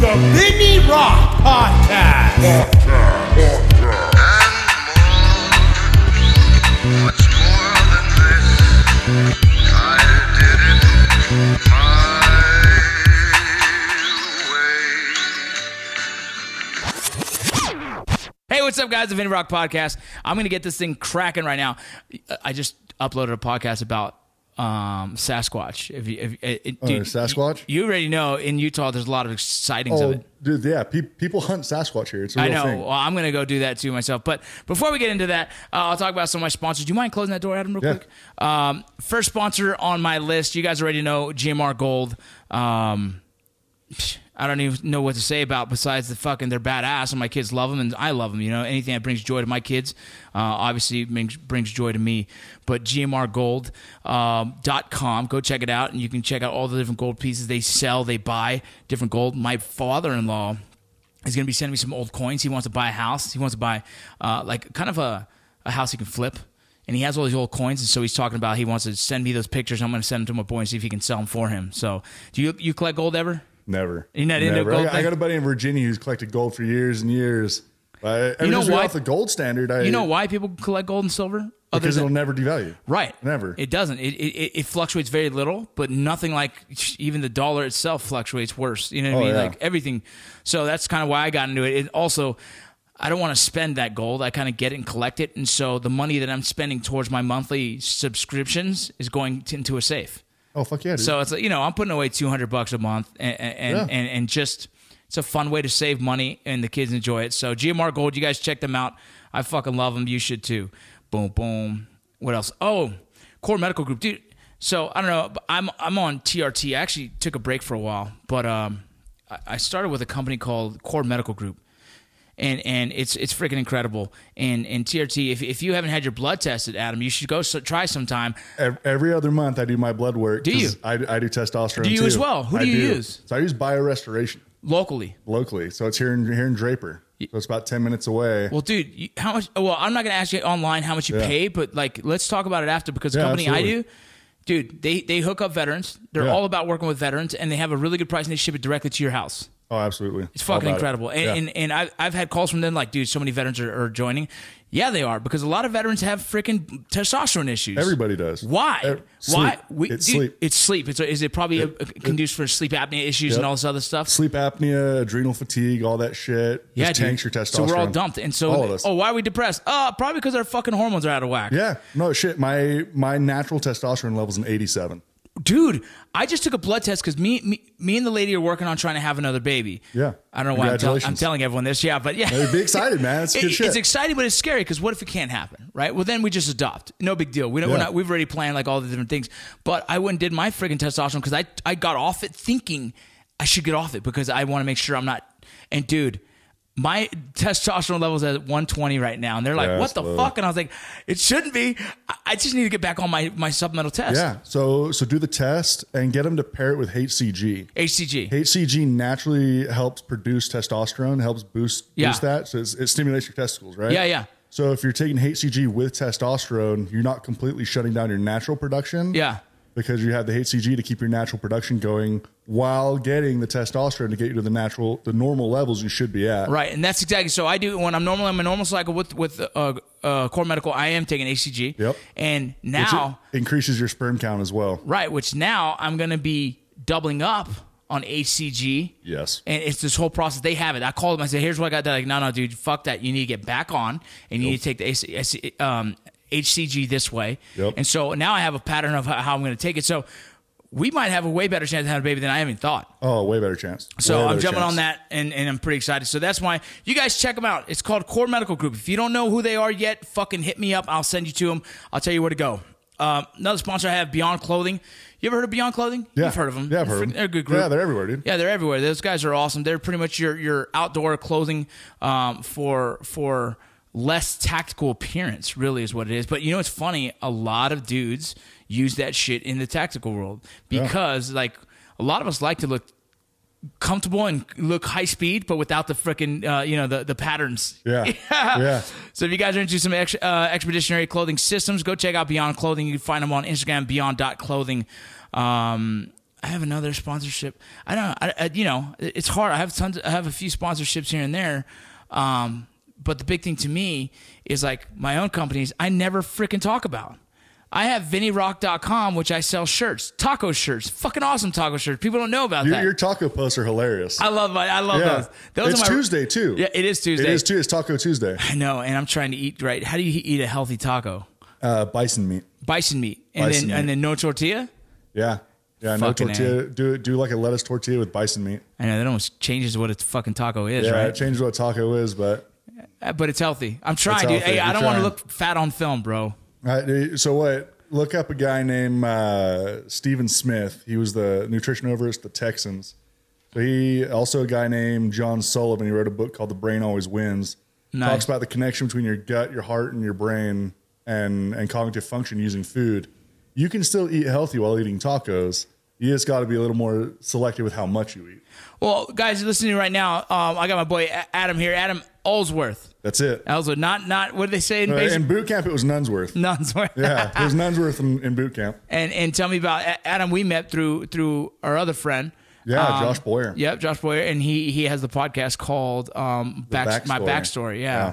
the Vinny Rock Podcast. Hey, what's up, guys? The Vinny Rock Podcast. I'm going to get this thing cracking right now. I just uploaded a podcast about um, Sasquatch. If you, if, it, it- dude, Oh, Sasquatch? You already know in Utah, there's a lot of excitings of Oh, it. dude, yeah. Pe- people hunt Sasquatch here. It's a I real know. thing. Well, I'm going to go do that too myself. But before we get into that, uh, I'll talk about some of my sponsors. Do you mind closing that door, Adam, real Yeah. quick? Um, first sponsor on my list, you guys already know GMR Gold. Um, I don't even know what to say about besides the fucking they're badass and my kids love them and I love them. You know, anything that brings joy to my kids, uh, obviously brings, brings joy to me. But gmrgold.com, um, go check it out and you can check out all the different gold pieces they sell, they buy different gold. My father in law is going to be sending me some old coins. He wants to buy a house. He wants to buy uh, like kind of a, a house he can flip. And he has all these old coins, and so he's talking about he wants to send me those pictures. I'm going to send them to my boy and see if he can sell them for him. So, do you you collect gold ever? Never. You're not into Never. gold I, got, I thing? got a buddy in Virginia who's collected gold for years and years. Uh, you know know why- Off the gold standard. I, You know why people collect gold and silver? Other Uh, Because than, it'll never devalue. right. Never. It doesn't. It, it it- it fluctuates very little, but nothing like even the dollar itself fluctuates worse. You know what I Oh, mean? yeah. Like everything. So that's kind of why I got into it. It also I don't want to spend that gold. I kind of get it and collect it, and so the money that I'm spending towards my monthly subscriptions is going to, into a safe. oh fuck yeah. Dude. So it's like you know I'm putting away 200 bucks a month, and and, Yeah. and and just it's a fun way to save money, and the kids enjoy it. So GMR Gold, you guys check them out. I fucking love them. You should too. Boom boom. What else? Oh, Core Medical Group, dude. So I don't know. but I'm I'm on TRT. I actually took a break for a while, but um, I- I started with a company called Core Medical Group and and it's it's freaking incredible. And and TRT, if, if you haven't had your blood tested, Adam, you should go so, try sometime. Ev- Every other month, I do my blood work. Do you? 'cause I, I do testosterone. Do you too. as well? Who I do you use? So I use BioRestoration locally. locally. So it's here in here in Draper. So it's about ten minutes away. Well, dude, you, how much? Well, I'm not gonna ask you online how much you Yeah. pay, but like, let's talk about it after because the Yeah, company I absolutely. do, dude, they they hook up veterans. They're Yeah. all about working with veterans, and they have a really good price, and they ship it directly to your house. oh, absolutely. It's fucking incredible. And, and and I've I've had calls from them like, dude, so many veterans are, are joining. Yeah, they are because a lot of veterans have freaking testosterone issues. Everybody does. Why? Ev- Why? sleep. It's sleep. It's sleep. It's is it probably a, conducive for sleep apnea issues and Yep. all this other stuff? sleep apnea, adrenal fatigue, all that shit. Yeah, just dude. tanks your testosterone. So we're all dumped, and so all of us. oh, why are we depressed? Uh, probably because our fucking hormones are out of whack. Yeah, no shit. My my natural testosterone level's an 87. dude, I just took a blood test because me, me, me and the lady are working on trying to have another baby. Yeah. I don't know why I'm, tell- I'm Congratulations. telling everyone this. Yeah, but yeah, Hey, be excited, man. It's good It- shit. It's exciting, but it's scary because what if it can't happen, right? Well, then we just adopt. No big deal. We don't. We're Yeah. not, we've already planned like all the different things. But I went and did my friggin' testosterone because I I got off it thinking I should get off it because I want to make sure I'm not. And dude. My testosterone levels at 120 right now, and they're like, Yeah, "What it's the low. fuck?" And I was like, "It shouldn't be. I- I just need to get back on my my supplemental test." yeah. So so do the test and get them to pair it with HCG. HCG. HCG naturally helps produce testosterone, helps boost Yeah. boost that. So it's, it stimulates your testicles, right? Yeah, yeah. So if you're taking HCG with testosterone, you're not completely shutting down your natural production. Yeah. Because you have the HCG to keep your natural production going while getting the testosterone to get you to the natural, the normal levels you should be at. Right, and that's exactly so. I do when I'm normally on my normal cycle with with uh, uh, core medical. I am taking HCG. Yep. And Which now, increases your sperm count as well. right, which now I'm going to be doubling up on HCG. Yes. And it's this whole process. They have it. I called them. I said, "Here's what I got." They're like, "No, no, dude, fuck that. You need to get back on, and you need to take the AC, AC, um, HCG this way." Yep. And so now I have a pattern of how, how I'm going to take it. So we might have a way better chance of having a baby than I even thought. Oh, way better chance. So Way I'm better jumping chance. on that, and, and I'm pretty excited. So that's why you guys check them out. It's called Core Medical Group. If you don't know who they are yet, fucking hit me up. I'll send you to them. I'll tell you where to go. Um, another sponsor I have, Beyond Clothing. You ever heard of Beyond Clothing? Yeah. You've heard of them. Yeah, I've heard of 'em. They're a good group. Yeah, they're everywhere, dude. Yeah, they're everywhere. Those guys are awesome. They're pretty much your your outdoor clothing um, for for less tactical appearance, really, is what it is. But you know, it's funny. A lot of dudes use that shit in the tactical world because, like, a lot of us like to look comfortable and look high speed, but without the freaking uh, you know the the patterns. Yeah. Yeah. So if you guys are into some ex- uh, expeditionary clothing systems, go check out Beyond Clothing. You can find them on Instagram, beyond.clothing. Um, I have another sponsorship. I don't. I, I you know it- it's hard. I have tons. I have a few sponsorships here and there. Um, but the big thing to me is like my own companies. I never freaking talk about. I have VinnyRock.com, which I sell shirts, taco shirts, fucking awesome taco shirts. People don't know about Your, that. your taco posts are hilarious. I love my. I love yeah. those. Those it's are my, Tuesday too. Yeah, it is Tuesday. It is too. It's Taco Tuesday. I know, and I'm trying to eat right. How do you eat a healthy taco? Uh, bison meat. Bison meat, and then Bison meat. and then no tortilla. Yeah. Yeah. No Fucking A. tortilla. Do do like a lettuce tortilla with bison meat. I know that almost changes what a fucking taco is, Yeah. right? It changes what taco is, but Uh, But it's healthy. I'm trying, dude. healthy. Hey, I You're don't want to trying. look fat on film, bro. All right, so what? Look up a guy named uh, Steven Smith. He was the nutrition over at the Texans. So he also a guy named John Sullivan. He wrote a book called The Brain Always Wins. Nice. Talks about the connection between your gut, your heart, and your brain, and and cognitive function using food. You can still eat healthy while eating tacos. You just got to be a little more selective with how much you eat. Well, guys, listening right now, um, I got my boy A- Adam here. Adam Ellsworth. That's it. Ellsworth, not not what did they say in Uh, basic in boot camp, it was Nunsworth. Nunsworth. Yeah, it was Nunsworth in, in boot camp. And and tell me about A- Adam. We met through through our other friend. Yeah, Um, Josh Boyer. Yep, Josh Boyer, and he he has the podcast called um, Back, Backstory. My Backstory. Yeah. Yeah.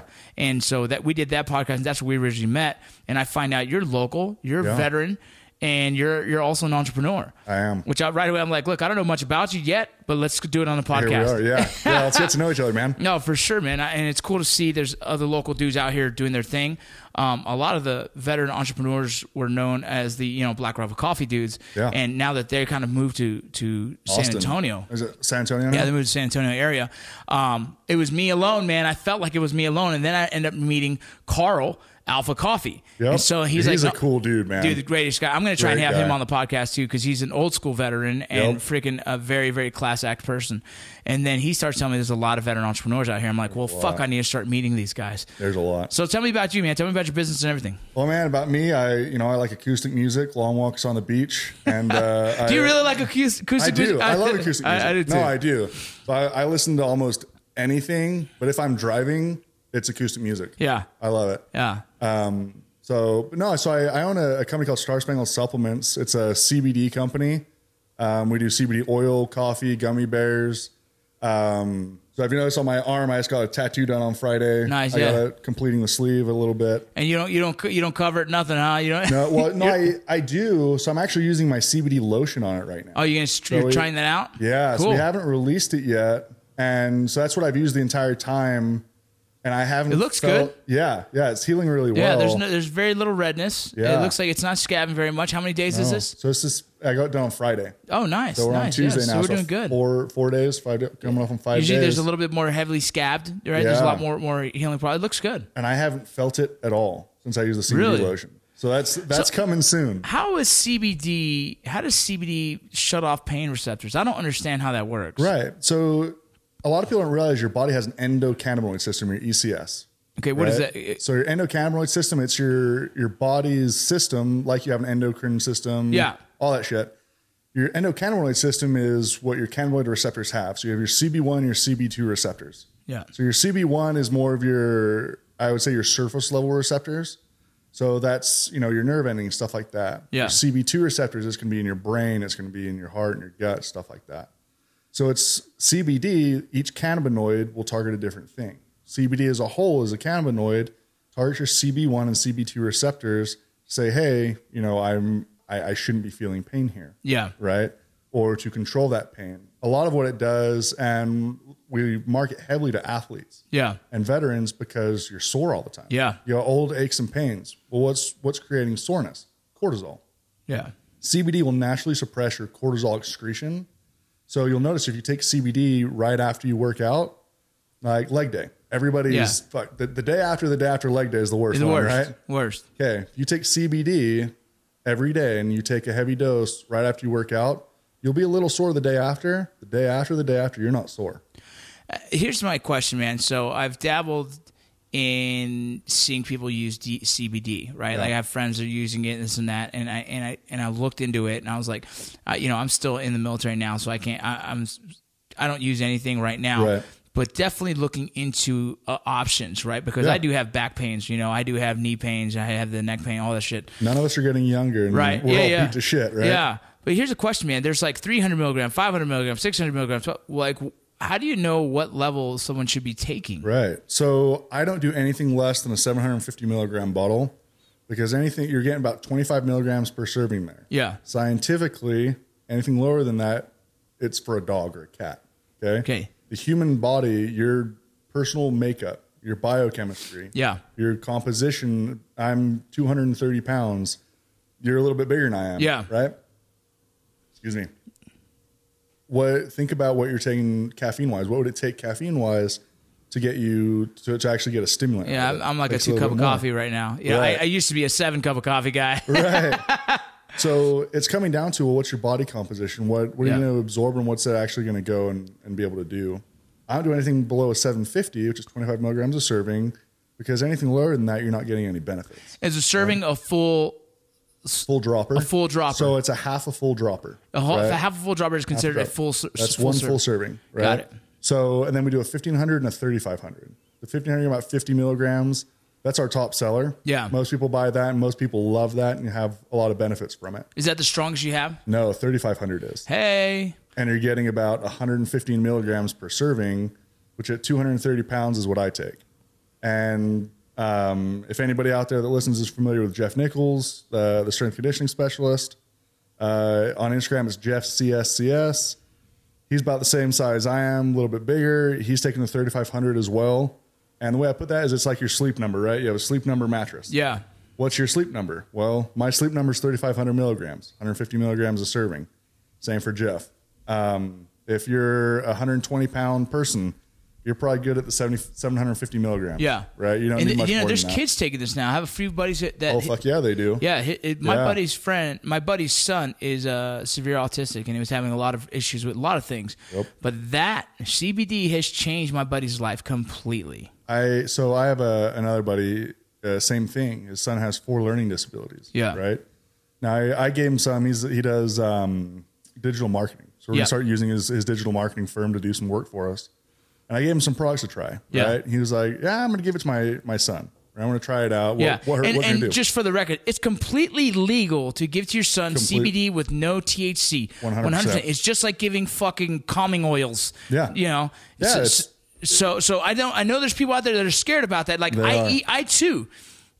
and so that we did that podcast, and that's where we originally met. And I find out you're local, you're a Yeah. veteran, and you're you're also an entrepreneur. I am. Which I, right away I'm like, look, I don't know much about you yet, but let's do it on the podcast. Here we are. Yeah, yeah. Let's get to know each other, man. No, for sure, man. I, and it's cool to see there's other local dudes out here doing their thing. Um, a lot of the veteran entrepreneurs were known as the you know Black Rifle Coffee dudes, Yeah. and now that they kind of moved to to San Austin. Antonio. Is it San Antonio? Yeah, they moved to San Antonio area. Um, it was me alone, man. I felt like it was me alone, and then I ended up meeting Carl Alpha Coffee. Yep. And so he's, He's like, "Oh, a cool dude, man. Dude, the greatest guy. I'm gonna try and Great have him guy. on the podcast too because he's an old school veteran and Yep. freaking a very very class act person. And then he starts telling me there's a lot of veteran entrepreneurs out here. I'm like, well, fuck, I need to start meeting these guys. There's a lot. So tell me about you, man. Tell me about your business and everything. well, man, about me, I you know I like acoustic music, long walks on the beach, and uh, Do you I, really like acoustic? I acoustic do. music? I, love acoustic music. I, I do too. No, I do. So I, I listen to almost anything, but if I'm driving, it's acoustic music. yeah, I love it. yeah. Um, so but no, so I, I own a, a company called Star Spangled Supplements. It's a CBD company. Um, we do CBD oil, coffee, gummy bears. Um, so if you notice on my arm, I just got a tattoo done on Friday. Nice, I yeah. got it completing the sleeve a little bit. And you don't you don't co- you don't cover it nothing, huh? You don't. No, well, no, I, I do. So I'm actually using my CBD lotion on it right now. Oh, you're gonna st- you're we- trying that out? Yeah, so cool. we haven't released it yet, and so that's what I've used the entire time. And I haven't. It looks felt- good. Yeah, yeah, it's healing really well. yeah, there's no, there's very little redness. Yeah. It looks like it's not scabbing very much. How many days is Oh, this? So it's just I got it done on Friday. Oh, nice. So we're nice. on yeah. Tuesday so now. we're doing good. Four four days, five day, coming off on five Usually days, there's a little bit more heavily scabbed, right? There's a Yeah. lot more more healing product. It looks good. and I haven't felt it at all since I used the CBD Really? lotion. So that's that's coming soon. How is CBD? How does CBD shut off pain receptors? I don't understand how that works. Right. So a lot of people don't realize your body has an endocannabinoid system, your ECS. Okay. What is right? that? So your endocannabinoid system, it's your your body's system, like you have an endocrine system, Yeah. all that shit. Your endocannabinoid system is what your cannabinoid receptors have. So you have your CB1, your CB2 receptors. Yeah. So your CB1 is more of your, I would say, your surface level receptors. So that's you know your nerve ending stuff like that. Yeah. Your CB2 receptors is going to be in your brain, it's going to be in your heart and your gut, stuff like that. So it's CBD. Each cannabinoid will target a different thing. CBD as a whole is a cannabinoid. Targets your CB1 and CB2 receptors. Say, hey, you know, I'm I, I shouldn't be feeling pain here Yeah. right? Or to control that pain. A lot of what it does, and we market heavily to athletes Yeah. and veterans because you're sore all the time. Yeah. You have old aches and pains. Well, what's what's creating soreness? Cortisol. Yeah. CBD will naturally suppress your cortisol excretion. So you'll notice if you take CBD right after you work out, like leg day, everybody's Yeah. fuck. The, the day after the day after leg day is the worst It's the one, worst. right? Worst. Okay, if you take CBD every day and you take a heavy dose right after you work out, you'll be a little sore the day after. The day after, the day after, you're not sore. here's my question, man. So I've dabbled in seeing people use D- CBD, right? Like I have friends that are using it, this and that, and I and I and I looked into it, and I was like, I, you know, I'm still in the military now, so I can't. I, I'm I don't use anything right now. Right. But definitely looking into uh, options, right? Because Yeah. I do have back pains, you know, I do have knee pains, I have the neck pain, all that shit. None of us are getting younger, and Right. we're yeah, all yeah. beat to shit, right? Yeah. But here's a question, man. There's like 300 milligram, 500 milligram, 600 milligrams. Like, how do you know what level someone should be taking? Right. So I don't do anything less than a 750 milligram bottle because anything you're getting about 25 milligrams per serving there. Yeah. Scientifically, anything lower than that, it's for a dog or a cat. Okay. Okay. The human body, your personal makeup, your biochemistry, Yeah. your composition. I'm 230 pounds. You're a little bit bigger than I am. Yeah. Right. Excuse me. What think about what you're taking caffeine wise? What would it take caffeine wise to get you to, to actually get a stimulant? Yeah, out of I'm, it? I'm like a Takes a two little cup of bit more. coffee right now. Yeah, Right. I, I used to be a seven cup of coffee guy. So it's coming down to well, what's your body composition? What what are Yeah. you going to absorb and what's that actually going to go and, and be able to do? I don't do anything below a 750, which is 25 milligrams a serving, because anything lower than that, you're not getting any benefits. Is a serving a full, Full dropper. A full dropper. So it's a half a full dropper. a whole, right? if a half a full dropper is considered a dropper. full. ser- That's full one serve. full serving. Right? Got it. So and then we do a 1500 and a 3500. The 1500 about 50 milligrams. That's our top seller. Yeah. Most people buy that, and most people love that, and have a lot of benefits from it. Is that the strongest you have? No, 3500 is. Hey, and you're getting about 115 milligrams per serving, which at 230 pounds is what I take. And um, if anybody out there that listens is familiar with Jeff Nichols, uh, the strength conditioning specialist, uh, on Instagram it's Jeff CSCS. He's about the same size I am, a little bit bigger. He's taking the 3500 as well. And the way I put that is it's like your sleep number, right? You have a sleep number mattress. yeah, What's your sleep number? Well, my sleep number is 3,500 milligrams, 150 milligrams a serving. Same for Jeff. Um, if you're a 120 pound person, you're probably good at the 70, 750 milligrams. yeah, Right? You don't And need much you know, more there's than that. kids taking this now. I have a few buddies that. that Oh, fuck yeah, they do. Yeah, hi it, my Yeah. buddy's friend, my buddy's son is uh, severe autistic, and he was having a lot of issues with a lot of things. Yep. But that CBD has changed my buddy's life completely. I so I have a another buddy. Uh, same thing. His son has four learning disabilities. Yeah. Right. Now I, I gave him some. He's he does um, digital marketing. So we're Yeah. gonna start using his, his digital marketing firm to do some work for us. And I gave him some products to try. Yeah. Right. He was like, "Yeah, I'm gonna give it to my my son. I'm gonna try it out. What, yeah, What, and, what can and I do? just for the record, it's completely legal to give to your son Complete- CBD with no THC. 100%. It's just like giving fucking calming oils. Yeah. you know. Yeah, So, it's- so, so I don't. I know there's people out there that are scared about that. Like They I, are. eat- I too,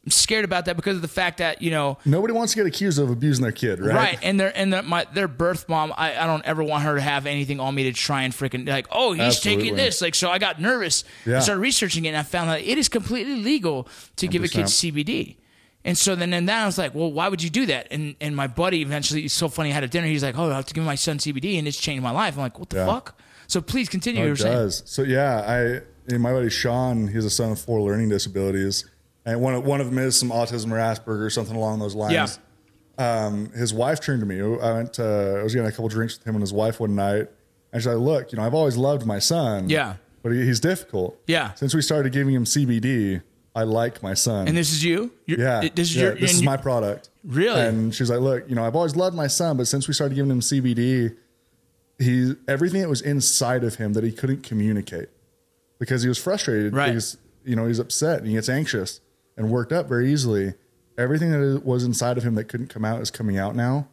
am scared about that because of the fact that you know. Nobody wants to get accused of abusing their kid, right? Oh, Right, and their and their my their birth mom. I, I don't ever want her to have anything on me to try and freaking like. Oh, he's taking Absolutely. this. Like, so I got nervous. I Yeah. started researching it, and I found out it is completely legal to give a kid 100%. CBD. And so then and then I was like, well, why would you do that? And and my buddy eventually, it's so funny. I had a dinner. He's like, oh, I have to give my son CBD, and it's changed my life. I'm like, what the Yeah. Oh, fuck? So please continue. you were It saying, does. So yeah, I and my buddy Sean, he's a son of four learning disabilities, and one of, one of them is some autism or Asperger or something along those lines. Yeah. Um, his wife turned to me. I went. To, I was getting a couple drinks with him and his wife one night, and she's like, "Look, you know, I've always loved my son. Yeah. but he, he's difficult. Yeah. Since we started giving him CBD, I like my son. and this is you. You're, yeah, This is yeah, your. this is and- my product. Really? And she's like, "Look, you know, I've always loved my son, but since we started giving him CBD, he everything that was inside of him that he couldn't communicate because he was frustrated, Right. Because you know he's upset and he gets anxious and worked up very easily. Everything that was inside of him that couldn't come out is coming out now,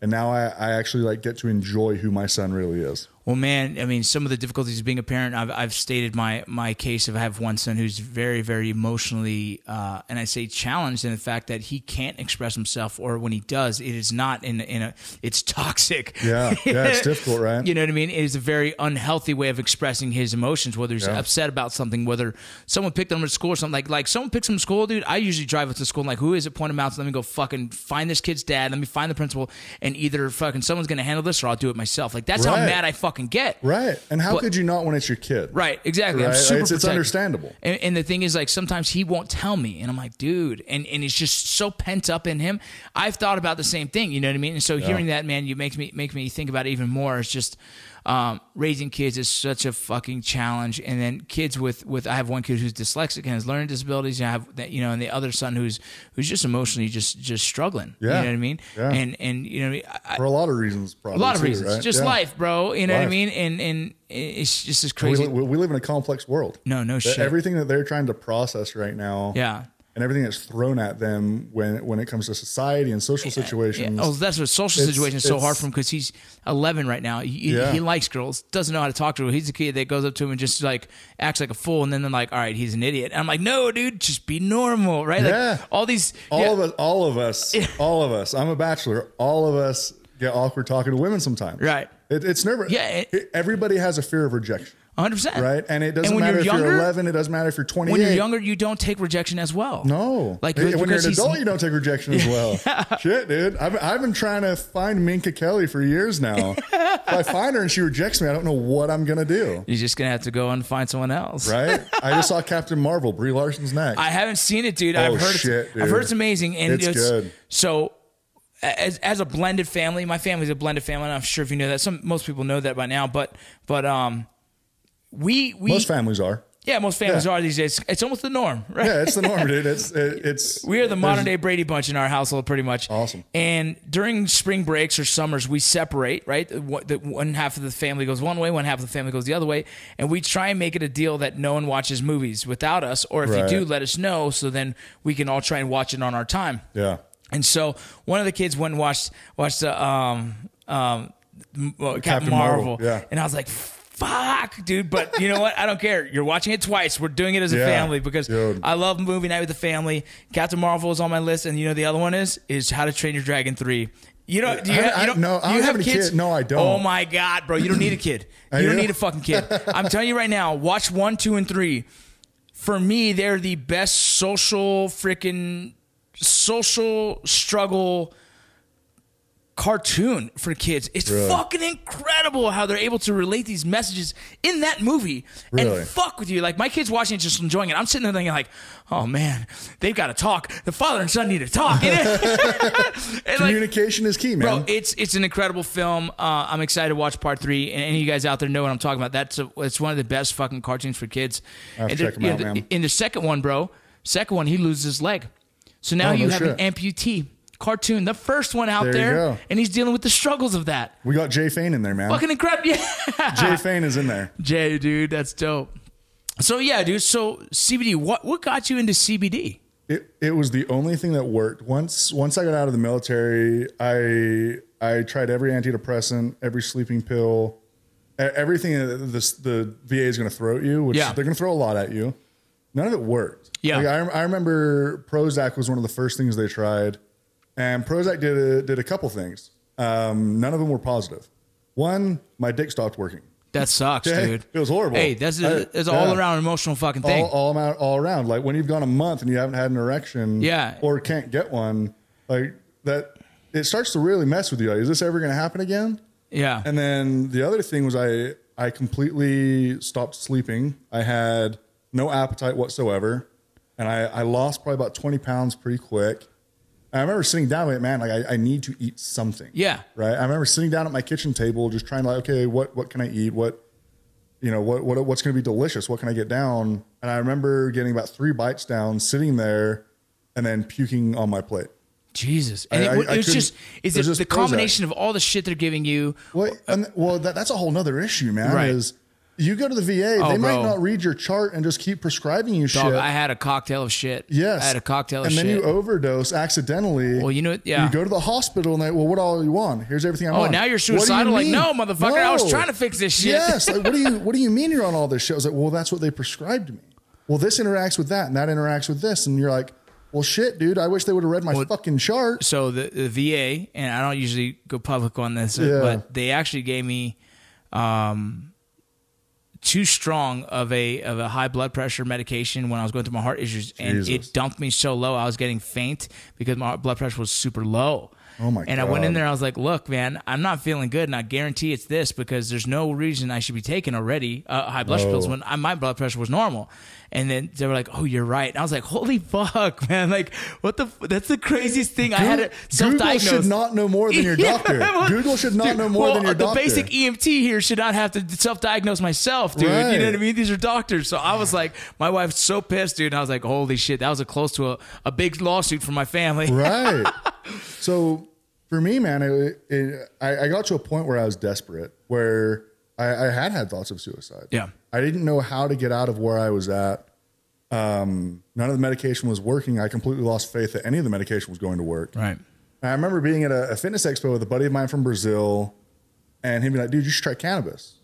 and now I, I actually like get to enjoy who my son really is. Well, man, I mean, some of the difficulties of being a parent, I've, I've stated my my case of I have one son who's very, very emotionally, uh, and I say challenged in the fact that he can't express himself, or when he does, it is not in in a it's toxic. Yeah, yeah, it's difficult, right? You know what I mean? It is a very unhealthy way of expressing his emotions, whether he's Yeah. upset about something, whether someone picked him at school or something. Like, like someone picks him at school, dude. I usually drive up to school and like, who is it? Point him out. So let me go fucking find this kid's dad. Let me find the principal, and either fucking someone's gonna handle this or I'll do it myself. Like that's how Right. mad I fucking get. Right? And how But- could you not when it's your kid? Right, exactly. Right? I'm Like, super it's, it's protective. understandable. And, and the thing is, like, sometimes he won't tell me, and I'm like, dude, and and it's just so pent up in him. I've thought about the same thing, you know what I mean. And so hearing that, man, you makes me make me think about it even more. It's just um, raising kids is such a fucking challenge, and then kids with with I have one kid who's dyslexic and has learning disabilities, and I have that you know, and the other son who's who's just emotionally just just struggling. Yeah. You know what I mean? Yeah. And and you know, what I mean? I, For a lot of reasons, probably a lot of too, reasons, right? just Yeah. life, bro. You know what I Life. mean? And and it's just this We, crazy. li- we live in a complex world. No, no That shit. Everything that they're trying to process right now yeah. and everything that's thrown at them when when it comes to society and social Yeah. situations. Oh, that's what social It's- situation is so hard it's- for him because he's 11 right now. He, Yeah. he likes girls, doesn't know how to talk to her. He's the kid that goes up to him and just like acts like a fool, and then they're like, "All right, he's an idiot." And I'm like, "No, dude, just be normal, right?" Yeah. Like all these, All yeah. of us, all of us, all of us. I'm a bachelor. All of us get awkward talking to women sometimes. Right. It, it's nerve. Yeah, it- everybody has a fear of rejection, 100. percent right? And it doesn't when matter you're if younger, you're 11. It doesn't matter if you're 28. When you're younger, you don't take rejection as well. No. like Hey, when you're because an he's- adult, you don't take rejection as well. Shit, dude. I've, I've been trying to find Minka Kelly for years now. if I find her and she rejects me, I don't know what I'm going to do. you're just gonna have to go and find someone else. Right? I just saw Captain Marvel. Brie Larson's next. I haven't seen it, dude. Oh, I've heard shit, it's, I've heard dude. it's amazing, and It's it's, good. so. As, as a blended family, my family's a blended family. and I'm sure if you know that, some most people know that by now. But but um, we we Most families are. yeah, most families yeah. are these days. It's almost the norm, right? Yeah, it's the norm, dude. It's it, it's We are the modern day Brady Bunch in our household, pretty much. Awesome. And during spring breaks or summers, we separate, right? The one- the- One half of the family goes one way, one half of the family goes the other way. And we try and make it a deal that no one watches movies without us. Or if Right. you do, let us know. So then we can all try and watch it on our time. Yeah. And so one of the kids went and watched watched the um um m- well, Captain, Captain Marvel, Marvel. yeah. And I was like, fuck, dude. But you know what? I don't care. You're watching it twice. We're doing it as a Yeah, family because dude. I love movie night with the family. Captain Marvel is on my list, and you know the other one is is How to Train Your Dragon Three. You don't. Do you, I- have, I- you don't, no, I do don't you have any kids? kid. No, I don't. Oh my god, bro! You don't need a kid. I You don't do. need a fucking kid. I'm telling you right now. Watch one, two, and three for me, they're the best social freaking social struggle cartoon for kids. It's Really? fucking incredible how they're able to relate these messages in that movie Really? and fuck with you. Like my kids watching it just enjoying it. I'm sitting there thinking like, "Oh man, they've got to talk. The father and son need to talk." And, like, Communication is key, man. Bro, it's it's an incredible film. Uh, I'm excited to watch part three. And any of you guys out there know what I'm talking about. That's a, it's one of the best fucking cartoons for kids. have to And the- check 'em you out, know, the- man. In the second one, bro, second one, he loses his leg. So now Oh, no you have an shit. amputee cartoon, the first one out There you there, go. Mm. and he's dealing with the struggles of that. we got Jay Fane in there, man. Fucking incredible. Yeah. Jay Fane is in there. Jay, dude, that's dope. So yeah, dude. So CBD, what what got you into CBD? It it was the only thing that worked. Once once I got out of the military, I I tried every antidepressant, every sleeping pill, e- everything that this, the VA is going to throw at you, which Yeah. they're going to throw a lot at you. None of it worked. Yeah. Like, I, I remember Prozac was one of the first things they tried, and Prozac did a, did a couple things. Um, none of them were positive. One, my dick stopped working. That sucks, Yeah, dude. it was horrible. Hey, that's I- a, that's an all yeah. around emotional fucking thing. all, all, amount, all around. Like when you've gone a month and you haven't had an erection Yeah. or can't get one, like that, it starts to really mess with you. Like, is this ever going to happen again? yeah. And then the other thing was I, I completely stopped sleeping. I had no appetite whatsoever. And I, I lost probably about 20 pounds pretty quick. And I remember sitting down like, man, like I, I need to eat something. Yeah. Right. I remember sitting down at my kitchen table, just trying to like, okay, what, what can I eat? What, you know what, what what's going to be delicious what can i get down and i remember getting about three bites down sitting there and then puking on my plate Jesus, and I- it, I- I it was couldn't- just is it it was just the combination of all the shit they're giving you? well, and, well that, that's a whole nother issue man Right. is you go to the va Oh, they might bro. not read your chart and just keep prescribing you Dog, shit Oh, I had a cocktail of shit. yes I had a cocktail of and then shit. you oh, overdose accidentally well, you know, yeah. you go to the hospital and they well what all you on here's everything i'm Oh, on now you're What do you suicidal? Like, mean? no, motherfucker, I was trying to fix this shit. yes like what do you what do you mean you're on all this shit i was like well that's what they prescribed me well this interacts with that and that interacts with this and you're like well shit dude i wish they would have read my fucking chart so the, the VA and I don't usually go public on this, uh, Yeah. but they actually gave me um, too strong of a of a high blood pressure medication when I was going through my heart issues, and Jesus. it dumped me so low I was getting faint because my blood pressure was super low. Oh my And I went in God. there. I was like, "Look, man, I'm not feeling good, and I guarantee it's this because there's no reason I should be taking already uh, high blood pressure pills when I, my blood pressure was normal." And then they were like, "Oh, you're right." And I was like, "Holy fuck, man! Like, what the? F- that's the craziest thing I had it google self-diagnosed." should not know more than your Yeah, doctor well, google should not dude, know more well, than your the doctor basic EMT here should not have to self-diagnose myself, dude. You Right. know what I mean? These are doctors. So I was like, my wife's so pissed, dude. And I was like, holy shit, that was a close to a, a big lawsuit for my family. right so for me man it, it, I, I got to a point where i was desperate where I, I had had thoughts of suicide Yeah. i didn't know how to get out of where i was at um, none of the medication was working. I completely lost faith that any of the medication was going to work. Right. And I remember being at a, a fitness expo with a buddy of mine from Brazil, and him being like, "Dude, you should try cannabis."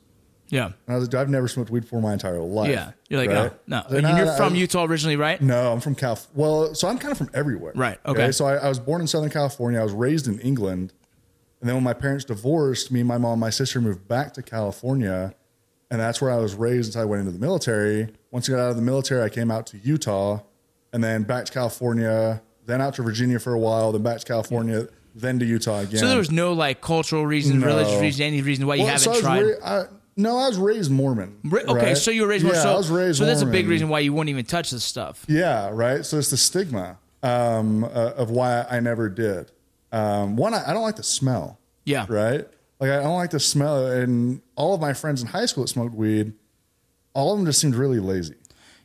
Yeah. And I was like, "Dude, "I've never smoked weed before my entire life." Yeah. You're like, right? no, I no. was like, And you're I- from Utah originally, right? No, I'm from Cal. Well, so I'm kind of from everywhere. Right, okay. So I, I was born in Southern California. I was raised in England, and then when my parents divorced, me and my mom, and my sister moved back to California, and that's where I was raised until I went into the military. Once I got out of the military, I came out to Utah, and then back to California, then out to Virginia for a while, then back to California, then to Utah again. So there was no like cultural reason, religious No. reason, any reason why you Well, so haven't I was tried. ra- I- no, I was raised Mormon. Re- okay, right? so you were raised more yeah, so. I was raised so that's a big Mormon. reason why you wouldn't even touch this stuff. Yeah, right. So it's the stigma um, uh, of why I never did. Um, one, I, I don't like the smell. Yeah. Right. Like I don't like the smell, and all of my friends in high school that smoked weed, all of them just seemed really lazy.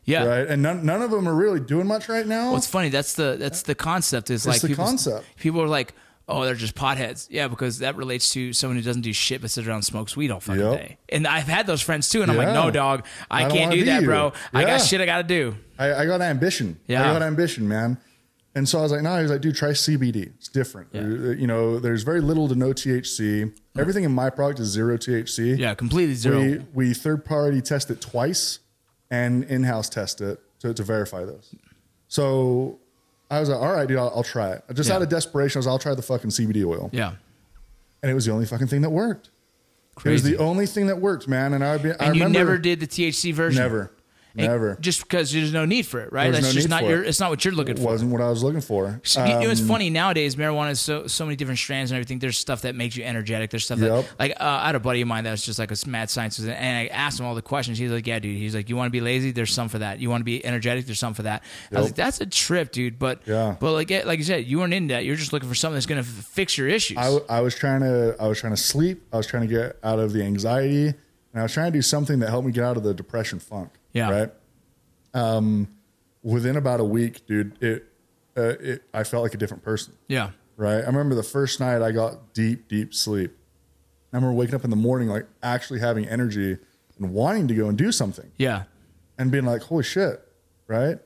Yeah. Right. And none, none of them are really doing much right now. Well, it's funny. That's the that's the concept. Is like the people, concept. People are like, oh, they're just potheads. Yeah, because that relates to someone who doesn't do shit but sits around and smokes weed all fucking Yep. day. And I've had those friends too, and I'm like, Yeah. no, dog, I, I don't can't wanna do be that, you. bro. I Yeah. got shit I got to do. I, I got ambition. Yeah. I got ambition, man. And so I was like, no, he was like, dude, try CBD. It's different. You you know, there's very little to no THC. Mm-hmm. Everything in my product is zero THC. Yeah, completely zero. We, we third party test it twice and in house test it to, to verify this. So I was like, all right, dude, I'll, I'll try it. Just Yeah. out of desperation, I was like, I'll try the fucking CBD oil. yeah, And it was the only fucking thing that worked. It crazy. was the only thing that worked, man. And I, would be, I and you remember never did the THC version. Never. And Never. Just because there's no need for it, right? There was That's no just need not for your. it. It's not what you're looking for. wasn't what I was looking for. So, you know, it's Um, funny nowadays. Marijuana is so so many different strands and everything. There's stuff that makes you energetic. There's stuff Yep. that like uh, I had a buddy of mine that was just like a mad scientist, and I asked him all the questions. He's like, "Yeah, dude." He's like, "You want to be lazy? There's some for that. You want to be energetic? There's some for that." I was like, "That's a trip, dude." But Yeah. but like yeah, like you said, you weren't into that. You're just looking for something that's gonna f- fix your issues. I, w- I was trying to I was trying to sleep. I was trying to get out of the anxiety, and I was trying to do something that helped me get out of the depression funk. Yeah. Right. Um, within about a week, dude, it, uh, it I felt like a different person. yeah, Right. I remember the first night I got deep, deep sleep. I remember waking up in the morning like actually having energy and wanting to go and do something yeah, and being like, holy shit, right?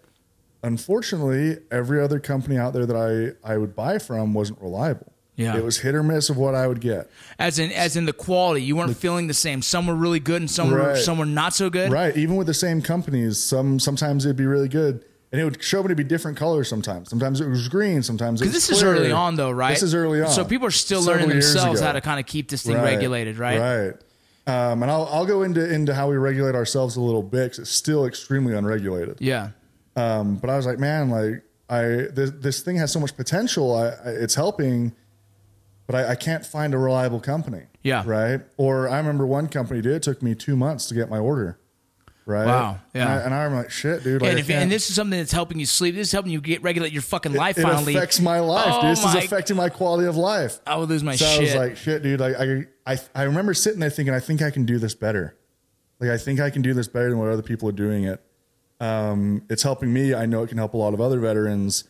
Unfortunately, every other company out there that I, I would buy from wasn't reliable. Yeah. It was hit or miss of what I would get. as in as in the quality. You weren't feeling the same. Some were really good, and some were Right. some were not so good. Right. Even with the same companies, some sometimes it'd be really good. And it would show me to be different colors sometimes. Sometimes it was green, sometimes it was Because this is clear. early on, though, right? This is early on. So people are still Several learning years themselves ago. how to kind of keep this thing regulated, right? Right. Um, and I'll, I'll go into, into how we regulate ourselves a little bit 'cause it's still extremely unregulated. Yeah. Um, but I was like, man, like I this, this thing has so much potential. I, I it's helping, but I, I can't find a reliable company. Yeah. Right. Or I remember one company did. It took me two months to get my order. Right. Wow, yeah. And, I, and I'm like, shit, dude. Like, and, I if, can't- and this is something that's helping you sleep. This is helping you get regulate your fucking life. it finally, affects my life. Oh dude. This is my- affecting my quality of life. I would lose my so shit. I was like, shit, dude. Like I, I, I remember sitting there thinking, I think I can do this better. Like I think I can do this better than what other people are doing it. Um, it's helping me. I know it can help a lot of other veterans.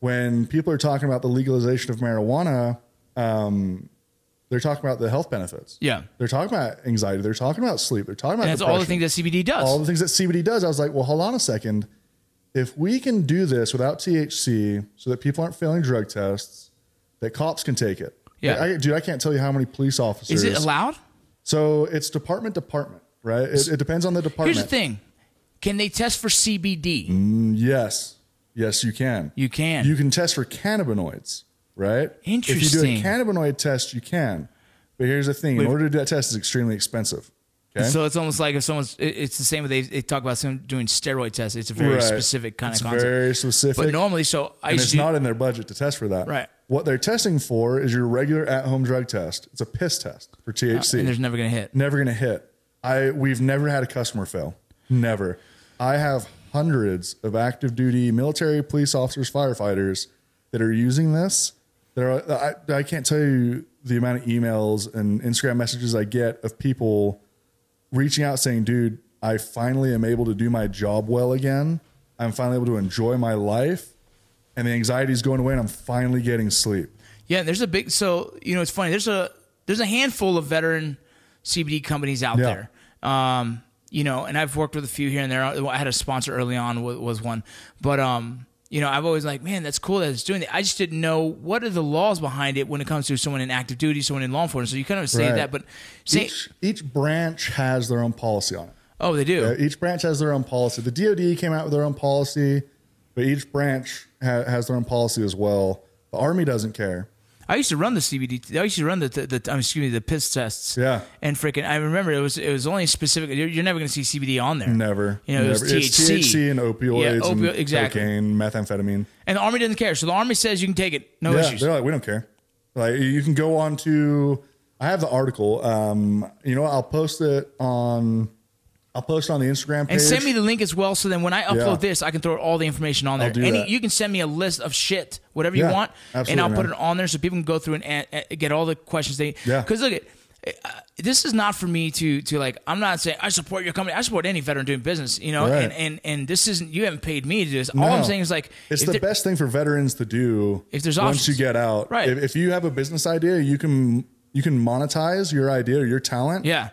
When people are talking about the legalization of marijuana, um, they're talking about the health benefits. Yeah. they're talking about anxiety. They're talking about sleep. They're talking about and that's all the depression things that CBD does. all the things that CBD does. I was like, well, hold on a second. If we can do this without THC, so that people aren't failing drug tests, that cops can take it. Yeah. I, dude, I can't tell you how many police is officers. it allowed? So it's department department, right? It, it depends on the department. Here's the thing: Can they test for CBD? Yes, yes, you can. You can. Mm. You can test for cannabinoids, right? If you Interesting. do a cannabinoid test, you can. But here's the thing: in order to do that test, is extremely expensive. Okay. So it's almost like if someone's, it- it's the same. They, they talk about someone doing steroid tests. It's a very Right. specific kind It's of concept. Very specific. But normally, so I and used it's to do- not in their budget to test for that. Right. What they're testing for is your regular at-home drug test. It's a piss test for THC. Oh, and there's never gonna hit. never going to hit. I we've never had a customer fail. Never. I have hundreds of active duty military, police officers, firefighters that are using this. That are I, I can't tell you the amount of emails and Instagram messages I get of people reaching out saying, "Dude, I finally am able to do my job well again. I'm finally able to enjoy my life." And the anxiety is going away, and I'm finally getting sleep. Yeah, there's a big. So you know, it's funny. There's a there's a handful of veteran CBD companies out Yeah. there. Um, you know, and I've worked with a few here and there. I had a sponsor early on was, was one, but um, you know, I've always like, man, that's cool that it's doing that. I just didn't know what are the laws behind it when it comes to someone in active duty, someone in law enforcement. So you kind of say Right. that, but say, each, each branch has their own policy on it. oh, they do. Uh, Each branch has their own policy. The DoD came out with their own policy, but each branch ha- has their own policy as well. The Army doesn't care. I used to run the CBD. I used to run the, the, the um, excuse me the piss tests. Yeah. And freaking, I remember it was it was only specific. You're, you're never going to see CBD on there. Never. You know, it was never. It's THC. THC and opioids Yeah, opio- and exactly. cocaine, methamphetamine. And the army doesn't care. So the army says you can take it, no yeah, issues. they're like, we don't care. Like you can go on to. I have the article. Um, you know, what? I'll post it on. I'll post it on the Instagram page. And send me the link as well. So then when I upload Yeah. this, I can throw all the information on there. do Any, that. you can send me a list of shit, whatever you Yeah, want, and absolutely, I'll put man. it on there so people can go through and a- a- get all the questions they. Yeah. Because look at. Uh, this is not for me to to like. I'm not saying I support your company. I support any veteran doing business, you know. Right. And, and and this isn't. You haven't paid me to do this. All I'm No. saying is like, it's if the there- best thing for veterans to do If there's once options. you get out. Right. If, if you have a business idea, you can you can monetize your idea or your talent. Yeah,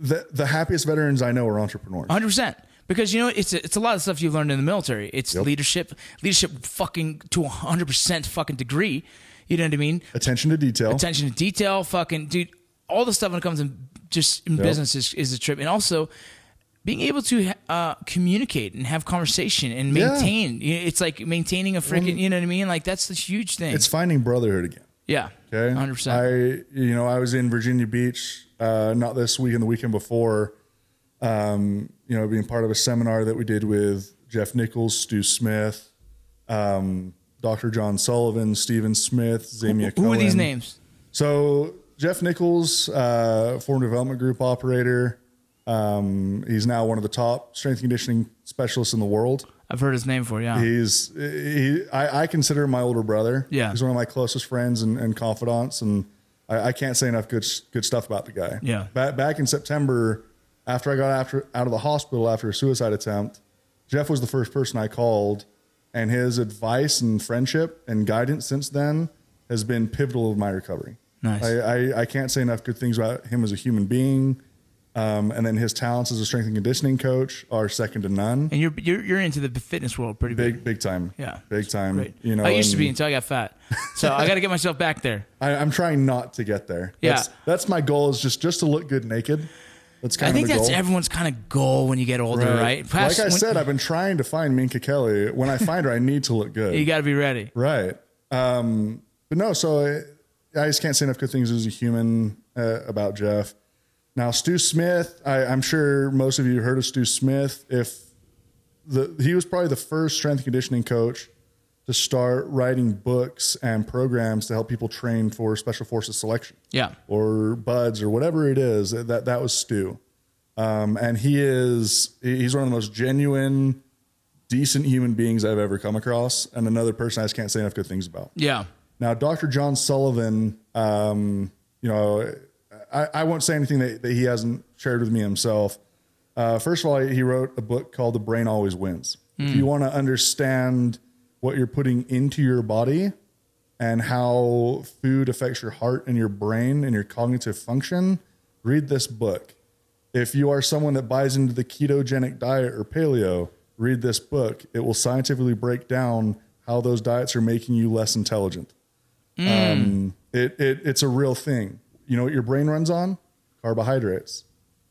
The the happiest veterans I know are entrepreneurs. hundred percent. Because you know it's a, it's a lot of stuff you've learned in the military. It's leadership, leadership, fucking to hundred percent fucking degree. You know what I mean? Attention to detail. attention to detail, fucking dude, all the stuff when it comes in just in Yep. business is, is a trip. And also being able to uh, communicate and have conversation and Yeah. Mm. maintain. You know, It's like maintaining a freaking, you know what I mean? Like that's the huge thing. It's finding brotherhood again. yeah. Okay. 100%. I, you know, I was in Virginia Beach, uh, not this week and the weekend before, um, you know, being part of a seminar that we did with Jeff Nichols, Stu Smith, um, Dr. John Sullivan, Stephen Smith, Zamia Who are these Cohen. names? So Jeff Nichols, uh, former development group operator. Um, he's now one of the top strength and conditioning specialists in the world. I've heard his name for yeah. He's he, I, I consider him my older brother. Yeah. he's one of my closest friends and, and confidants, and I, I can't say enough good s- good stuff about the guy. Yeah. back, back in September, after I got after out of the hospital after a suicide attempt, Jeff was the first person I called, and his advice and friendship and guidance since then has been pivotal of my recovery. Nice. I, I, I can't say enough good things about him as a human being. Um, and then his talents as a strength and conditioning coach are second to none. and you're, you're you're into the fitness world pretty big. Big, big time. Yeah. Big time. Great. You know, I used to and be until I got fat. So I got to get myself back there. I, I'm trying not to get there. Yeah. That's, that's my goal is just, just to look good naked. That's kind I of think the that's goal. everyone's kind of goal when you get older, right? Past- like I when- said, I've been trying to find Minka Kelly. When I find her, I need to look good. you got to be ready. Right. Um, but no, so I, I just can't say enough good things as a human uh, about Jeff. Now, Stu Smith, I, I'm sure most of you heard of Stu Smith. If the he was probably the first strength and conditioning coach to start writing books and programs to help people train for special forces selection Yeah. or buds or whatever it is that that was Stu. Um, and he is he's one of the most genuine, decent human beings I've ever come across, and another person I just can't say enough good things about. Yeah. Now, Dr. John Sullivan, um, you know, I, I won't say anything that, that he hasn't shared with me himself. Uh, first of all, he wrote a book called The Brain Always Wins. If you want to understand what you're putting into your body and how food affects your heart and your brain and your cognitive function, read this book. If you are someone that buys into the ketogenic diet or paleo, read this book. It will scientifically break down how those diets are making you less intelligent. Mm. Um, it, it, it's a real thing. You know what your brain runs on? Carbohydrates.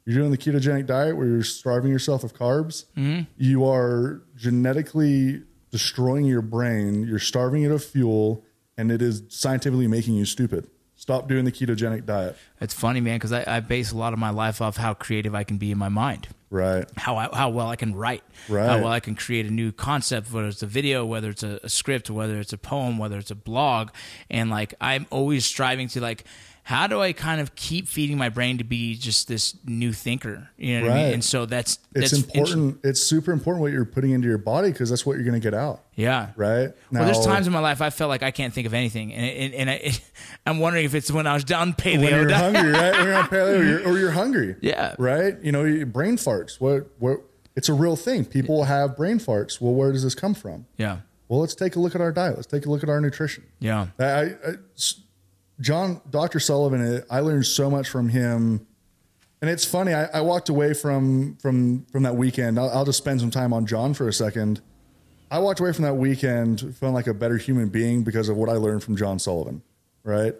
You're doing the ketogenic diet where you're starving yourself of carbs. Mm-hmm. You are genetically destroying your brain. You're starving it of fuel, and it is scientifically making you stupid. Stop doing the ketogenic diet. It's funny, man, because I, I base a lot of my life off how creative I can be in my mind, Right. how I, how well I can write, Right. how well I can create a new concept, whether it's a video, whether it's a, a script, whether it's a poem, whether it's a blog, and like I'm always striving to like, how do I kind of keep feeding my brain to be just this new thinker? You know what I mean? Right. And so that's It's that's interesting. important. It's super important what you're putting into your body because that's what you're going to get out. Yeah. Right. well, there's Now- times in my life I felt like I can't think of anything, and and, and I, I'm wondering if it's when I was down paleo. when you're diet. hungry, right? When you're on paleo, or you're, or you're hungry, Yeah. right? You know, your brain farts. What? What? It's a real thing. People have brain farts. Well, where does this come from? yeah, Well, let's take a look at our diet. Let's take a look at our nutrition. yeah, I, I- I- s- John, Dr. Sullivan, I learned so much from him And it's funny. I, I walked away from from from that weekend. I'll, I'll just spend some time on John for a second. I walked away from that weekend feeling like a better human being because of what I learned from John Sullivan. Right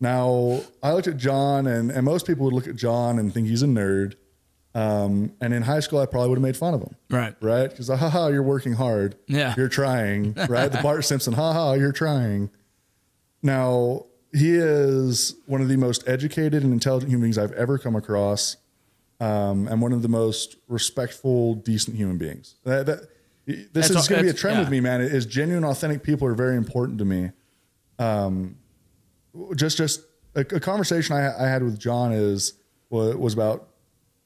now, I looked at John, and and most people would look at John and think he's a nerd. Um, and in high school, I probably would have made fun of him. Right. Right. Because haha, you're working hard. Yeah. You're trying. Right. the Bart Simpson. Haha, you're trying. Now, he is one of the most educated and intelligent human beings I've ever come across, um, and one of the most respectful, decent human beings. That- that- this all- is going to be a that's- trend yeah. with me, man. Is genuine, authentic people are very important to me. Um, just, just a, a conversation I, I had with John is was, was about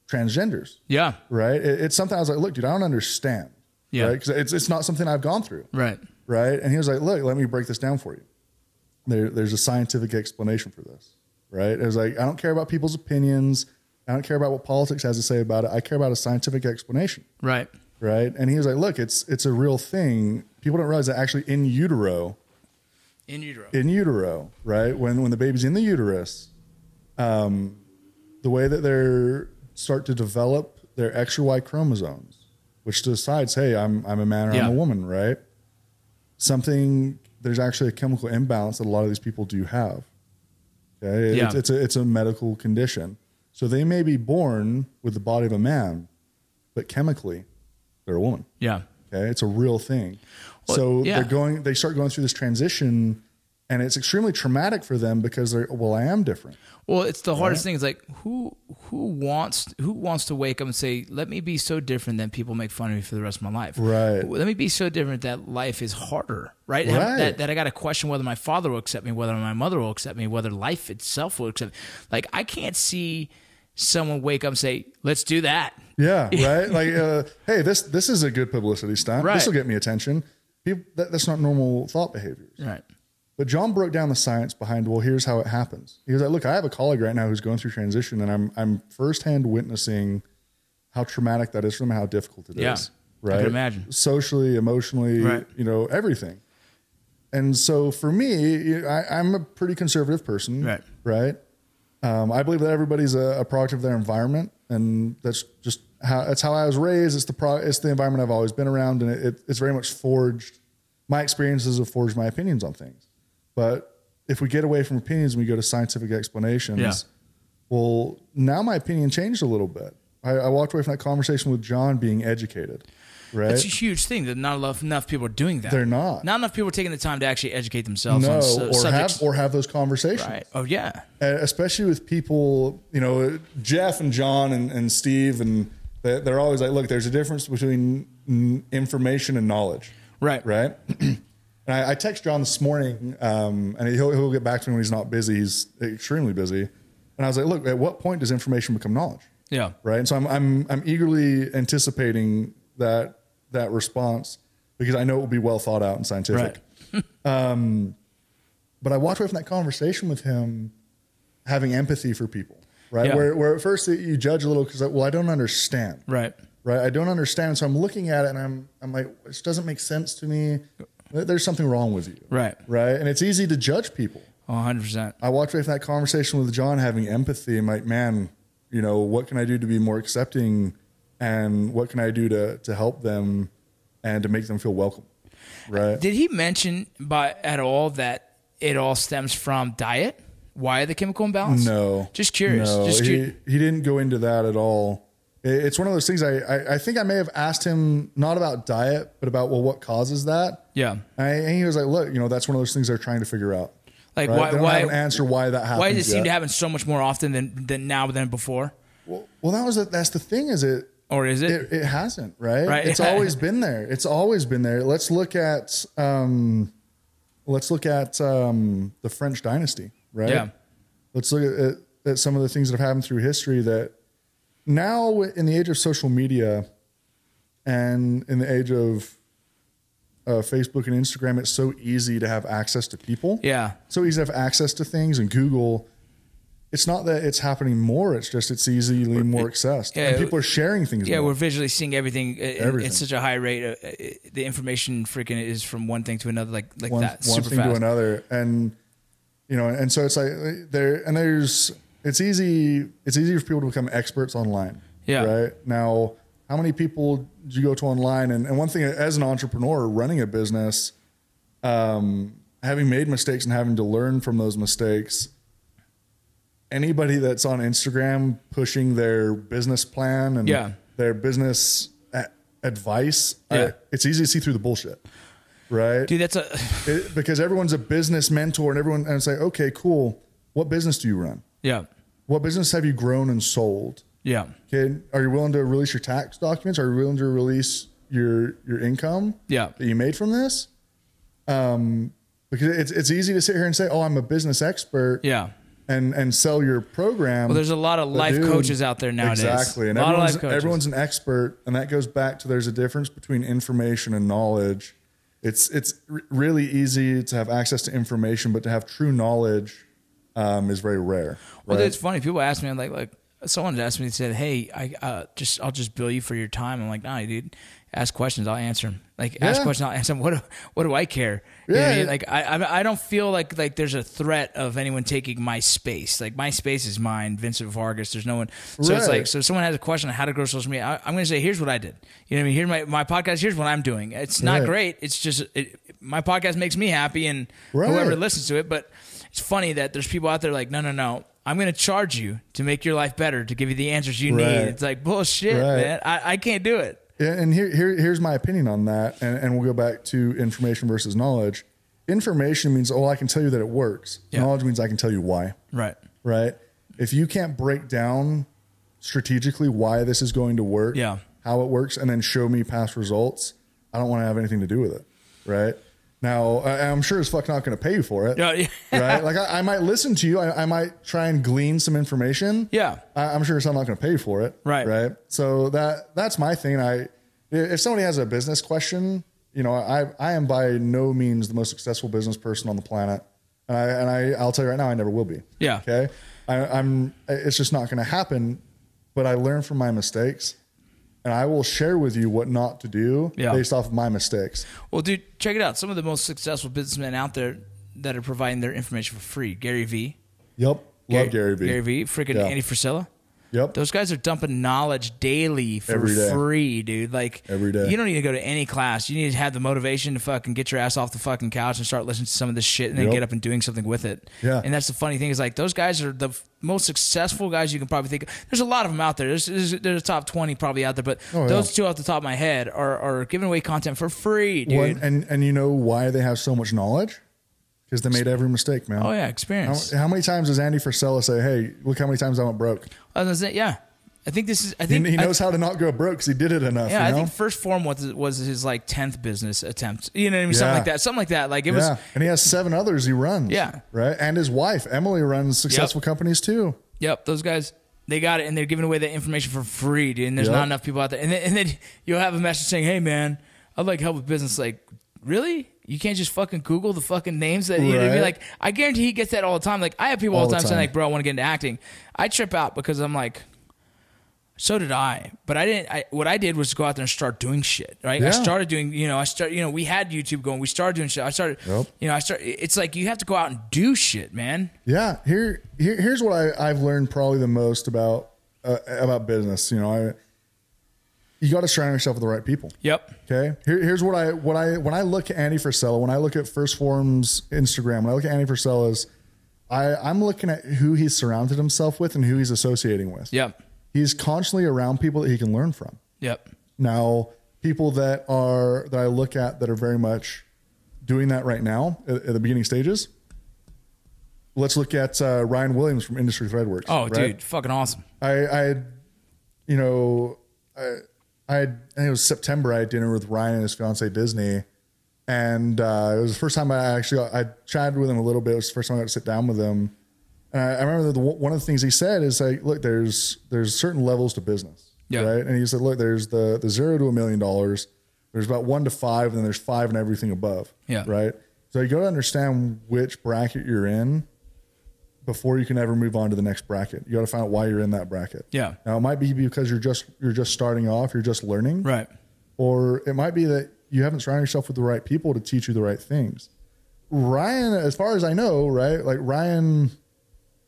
transgenders Yeah. right? It, it's something I was like, look, dude, I don't understand. Yeah. Right? 'Cause it's, it's not something I've gone through. Right. Right. And he was like, look, let me break this down for you. There, there's a scientific explanation for this. Right. It was like, I don't care about people's opinions. I don't care about what politics has to say about it. I care about a scientific explanation. Right. Right. And he was like, look, it's, it's a real thing. People don't realize that actually in utero, In utero. in utero, right? When when the baby's in the uterus, um, the way that they're start to develop their X or Y chromosomes, which decides, hey, I'm I'm a man or Yeah. I'm a woman, right? Something there's actually a chemical imbalance that a lot of these people do have. Okay, Yeah. it's, it's a it's a medical condition, so they may be born with the body of a man, but chemically, they're a woman. Yeah. Okay, it's a real thing. so yeah. they're going, they start going through this transition, and it's extremely traumatic for them because they're, well, I am different. Well, it's the hardest thing. Is like who who wants who wants to wake up and say, "Let me be so different that people make fun of me for the rest of my life." Right. Let me be so different that life is harder. Right. And Right. That, that I got to question whether my father will accept me, whether my mother will accept me, whether life itself will accept. me. Like I can't see someone wake up and say, "Let's do that." Yeah, right. like, uh, hey, this this is a good publicity stunt. Right. This will get me attention. People, that, that's not normal thought behaviors. Right. But John broke down the science behind. Well, here's how it happens. He was like, look, I have a colleague right now who's going through transition, and I'm I'm firsthand witnessing how traumatic that is for them, how difficult it is. Yeah. I Right. could imagine. Socially, emotionally, Right. you know, everything. And so for me, you know, I, I'm a pretty conservative person. Right. Right. Um, I believe that everybody's a, a product of their environment, and that's just how that's how I was raised. It's the pro, it's the environment I've always been around, and it, it, it's very much forged. My experiences have forged my opinions on things. But if we get away from opinions and we go to scientific explanations, Yeah. well, now my opinion changed a little bit. I, I walked away from that conversation with John being educated, right? That's a huge thing that not enough, enough people are doing that. They're not. Not enough people are taking the time to actually educate themselves no, on su- or subjects. have or have those conversations. right. Oh yeah. and Uh, especially with people, you know, Jeff and John and, and Steve, and they- they're always like, look, there's a difference between n- information and knowledge, Right. right? and I, I text John this morning, um, and he'll, he'll get back to me when he's not busy. He's extremely busy. And I was like, look, at what point does information become knowledge? Yeah. Right. And so I'm, I'm, I'm eagerly anticipating that, that response because I know it will be well thought out and scientific Um, Right. but I walked away from that conversation with him having empathy for people, right? Yeah. Where, where at first you judge a little because, well, I don't understand, Right. right? I don't understand. So I'm looking at it and I'm, I'm like, this doesn't make sense to me. There- There's something wrong with you, Right. Right. And it's easy to judge people. One hundred percent. I walked away from that conversation with John having empathy. I'm like, man, you know, what can I do to be more accepting and what can I do to, to help them and to make them feel welcome, right? Did he mention by at all that it all stems from diet? Why the chemical imbalance? No. Just curious. No, Just he, curious. he didn't go into that at all. It- It's one of those things I, I, I think I may have asked him not about diet, but about, well, what causes that? Yeah. I, and he was like, look, you know, that's one of those things they're trying to figure out. Like Right? why? they don't Why? have an answer why that happens. why does it seem yet. to happen so much more often than than now than before? Well, well, that was the, that's the thing is it, Or is it? it, it hasn't, right? Right. It's always been there. It's always been there. Let's look at um, let's look at um, the French dynasty, right? Yeah. Let's look at, at, at some of the things that have happened through history that now in the age of social media and in the age of uh, Facebook and Instagram, it's so easy to have access to people. yeah. So easy to have access to things and Google. It's not that it's happening more. It's just it's easily more accessed, and yeah, people are sharing things. Yeah, more. we're visually seeing everything, at- at Everything. at such a high rate. Uh, uh, the information freaking is from one thing to another, like like one, that, one super thing fast. to another and you know and so it's like there and there's it's easy it's easy for people to become experts online. Yeah. Right now, how many people do you go to online? And, and one thing, as an entrepreneur running a business, um, having made mistakes and having to learn from those mistakes, anybody that's on Instagram pushing their business plan and Yeah. their business a- advice, I- Yeah. it's easy to see through the bullshit, right? Dude, that's a It- because everyone's a business mentor and everyone and it's like, okay, cool. What business do you run? yeah, What business have you grown and sold? yeah, Can are you willing to release your tax documents? Are you willing to release your your income Yeah. that you made from this? Um, because it's it's easy to sit here and say, oh, I'm a business expert, yeah. and and sell your program. Well, there's a lot of But life dude, coaches out there nowadays. Exactly, and a lot of everyone's, life coaches. everyone's an expert, and that goes back to there's a difference between information and knowledge. It's it's r- really easy to have access to information, but to have true knowledge um, is very rare. Well, right? it's funny. People ask me, I'm like, like someone had asked me, they said, "Hey, I uh, just I'll just bill you for your time." I'm like, "Nah, dude. Ask questions, I'll answer them. Like, ask Yeah. questions, I'll answer them. What do, what do I care? You know what I Yeah. mean? Like, I, I I don't feel like like there's a threat of anyone taking my space. Like, my space is mine. Vincent Vargas. There's no one. So it's Right. like, so if someone has a question on how to grow social media, I, I'm going to say, "Here's what I did. You know what I mean? Here's my my podcast. Here's what I'm doing. It's not Right. great. It's just it, my podcast makes me happy, and whoever Right. listens listens to it, but it's funny that there's people out there like, no, no, no. I'm going to charge you to make your life better, to give you the answers you need. Right. It's like, bullshit, Right. man. I, I can't do it. Yeah, and here, here here's my opinion on that, and, and we'll go back to information versus knowledge. Information means, oh, I can tell you that it works. Yeah. Knowledge means I can tell you why. Right. right? If you can't break down strategically why this is going to work, Yeah. how it works, and then show me past results, I don't want to have anything to do with it, right? Now, I- I'm sure as fuck not going to pay you for it, Yeah, yeah. right? Like I, I might listen to you, I, I might try and glean some information, Yeah. I, I'm sure so I'm not going to pay for it. Right. Right. So that that's my thing. I if somebody has a business question, you know, I I am by no means the most successful business person on the planet, and I and I I'll tell you right now, I never will be. Yeah. Okay. I, I'm. It's just not going to happen. But I learn from my mistakes, and I will share with you what not to do Yeah. based off of my mistakes. Well, dude, check it out. Some of the most successful businessmen out there that are providing their information for free Gary Vee. Yep. Love Gary Vee. Gary Vee, freaking Yeah. Andy Frisella. Yep. Those guys are dumping knowledge daily for Every day. free, dude. Like Every day. You don't need to go to any class. You need to have the motivation to fucking get your ass off the fucking couch and start listening to some of this shit and then Yep. get up and doing something with it. Yeah. And that's the funny thing is like those guys are the f- most successful guys you can probably think of. There's a lot of them out there. There's there's, there's a top 20 probably out there, but Oh, yeah. those two off the top of my head are, are giving away content for free, dude. One- and and you know why they have so much knowledge? Because they made every mistake, man. Oh yeah, How, experience. how many times does Andy Frisella say, "Hey, look how many times I went broke"? Other than that, yeah. I think this is I He, think he I- knows how to not go broke because he did it enough. Yeah, you know? I think first form was was his like tenth business attempt. You know what I mean? Something Yeah. like that. Something like that. Like it was. yeah, and he has seven others he runs. Yeah. right. And his wife Emily runs successful companies too. Yep. Those guys, they got it, and they're giving away that information for free, dude. And there's Yep. not enough people out there. And then, and then you'll have a message saying, "Hey, man, I'd like help with business." Like, really? You can't just fucking Google the fucking names that you know what I mean? Right. Like, I guarantee he gets that all the time. Like, I have people all, All the the time, saying, time. "Like, bro, I want to get into acting." I trip out because I'm like. So did I, but I didn't. I, what I did was go out there and start doing shit. Right? I Yeah. started doing. You know, I started. You know, we had YouTube going. We started doing shit. I started. Yep. You know, I start. It's like you have to go out and do shit, man. Yeah, here, here here's what I, I've learned probably the most about uh, about business. You know, I you got to surround yourself with the right people. Yep. Okay. Here, here's what I what I when I look at Andy Frisella, when I look at First Form's Instagram, when I look at Andy Frisella's, I I'm looking at who he's surrounded himself with and who he's associating with. Yep. He's constantly around people that he can learn from. Yep. Now, people that are that I look at that are very much doing that right now at, at the beginning stages. Let's look at uh, Ryan Williams from Industry Threadworks. Oh, right? dude, fucking awesome. I, I, had, you know, I, I, had, I think it was September. I had dinner with Ryan and his fiance Disney, and uh, it was the first time I actually I chatted with him a little bit. It was the first time I got to sit down with him. And I, I remember the, one of the things he said is like, look, there's there's certain levels to business, Yeah. right? And he said, look, there's the the zero to a million dollars. There's about one to five, and then there's five and everything above, Yeah. right? So you got to understand which bracket you're in before you can ever move on to the next bracket. You got to find out why you're in that bracket. Yeah. Now it might be because you're just you're just starting off, you're just learning, Right. Or it might be that you haven't surrounded yourself with the right people to teach you the right things. Ryan, as far as I know, right? Like Ryan,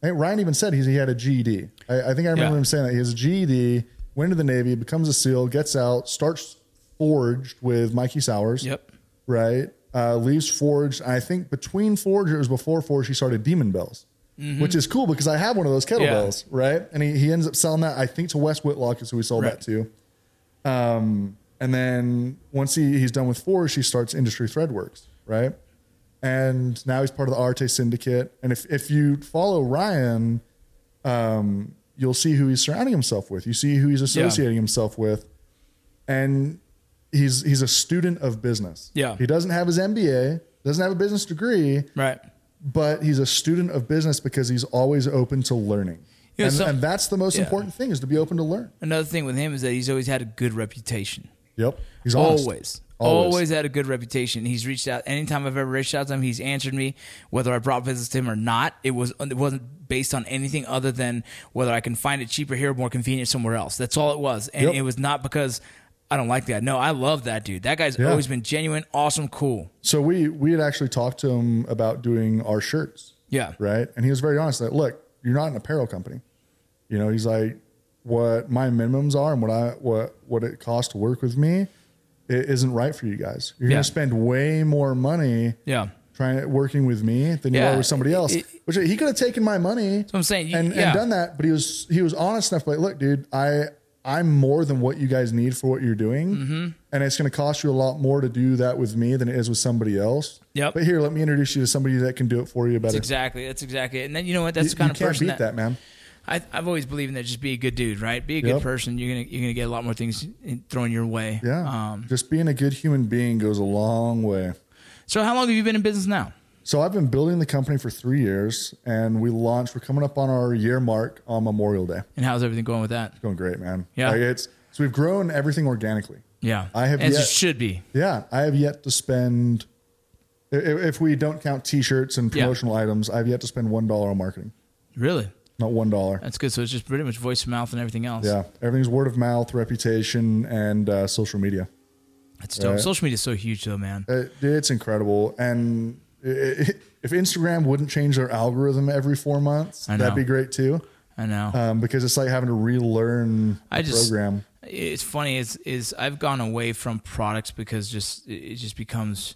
I think Ryan even said he's, he had a GED. I, I think I remember Yeah. him saying that he has a GED, went into the Navy, becomes a SEAL, gets out, starts forged with Mikey Sowers. Yep. Right. Uh, leaves Forged. I think between Forge, or it was before Forge, he started Demon Bells, Mm-hmm. which is cool because I have one of those kettlebells. Right. And he, he ends up selling that, I think, to Wes Whitlock, is who he sold Right. that to. Um, and then once he, he's done with Forge, he starts Industry Threadworks. Right and now he's part of the Arte Syndicate. And if if you follow Ryan, um, you'll see who he's surrounding himself with. You see who he's associating himself with, and he's he's a student of business. Yeah. he doesn't have his MBA, doesn't have a business degree, Right. but he's a student of business because he's always open to learning. Yeah, and, so- and that's the most yeah. important thing is to be open to learn. Another thing with him is that he's always had a good reputation. Yep, he's honest. Always. always. had a good reputation. He's reached out anytime I've ever reached out to him. He's answered me, whether I brought business to him or not. It was it wasn't based on anything other than whether I can find it cheaper here, or more convenient somewhere else. That's all it was, and Yep. it was not because I don't like that. No, I love that dude. That guy's Yeah. always been genuine, awesome, cool. So we we had actually talked to him about doing our shirts. Yeah. Right. And he was very honest that look, you're not an apparel company. You know, he's like, what my minimums are and what I what what it costs to work with me, it isn't right for you guys. You're Yeah. gonna spend way more money Yeah. trying working with me than you Yeah. are with somebody else. It- which he could have taken my money what I'm saying. You- and, yeah. and done that, but he was he was honest enough, like, look, dude, I I'm more than what you guys need for what you're doing. Mm-hmm. And it's gonna cost you a lot more to do that with me than it is with somebody else. Yep. But here, let me introduce you to somebody that can do it for you better. That's exactly. That's exactly. it. And then you know what? That's You- the kind you of can't person beat that, man. I, I've always believed in that. Just be a good dude, right? Be a good Yep. person. You're gonna you're gonna get a lot more things in- thrown your way. Yeah. Um, Just being a good human being goes a long way. so how long have you been in business now? So I've been building the company for three years and we launched, we're coming up on our year mark on Memorial Day. And how's everything going with that? Going great, man. Yeah. Like, it's, so we've grown everything organically. Yeah, I have As yet- it should be. Yeah. I have yet to spend, i- i- if we don't count t-shirts and Yeah. promotional items, I've yet to spend $1 on marketing, Really, not $1. that's good. So it's just pretty much voice of mouth and everything else. Yeah. Everything's word of mouth, reputation, and uh, social media. that's dope. Social media is so huge, though, man. It, it's incredible. And i i if Instagram wouldn't change their algorithm every four months, I know. that'd be great too. I know. Um, because it's like having to relearn I the just- program. it's funny. Is is I've gone away from products because just it it just becomes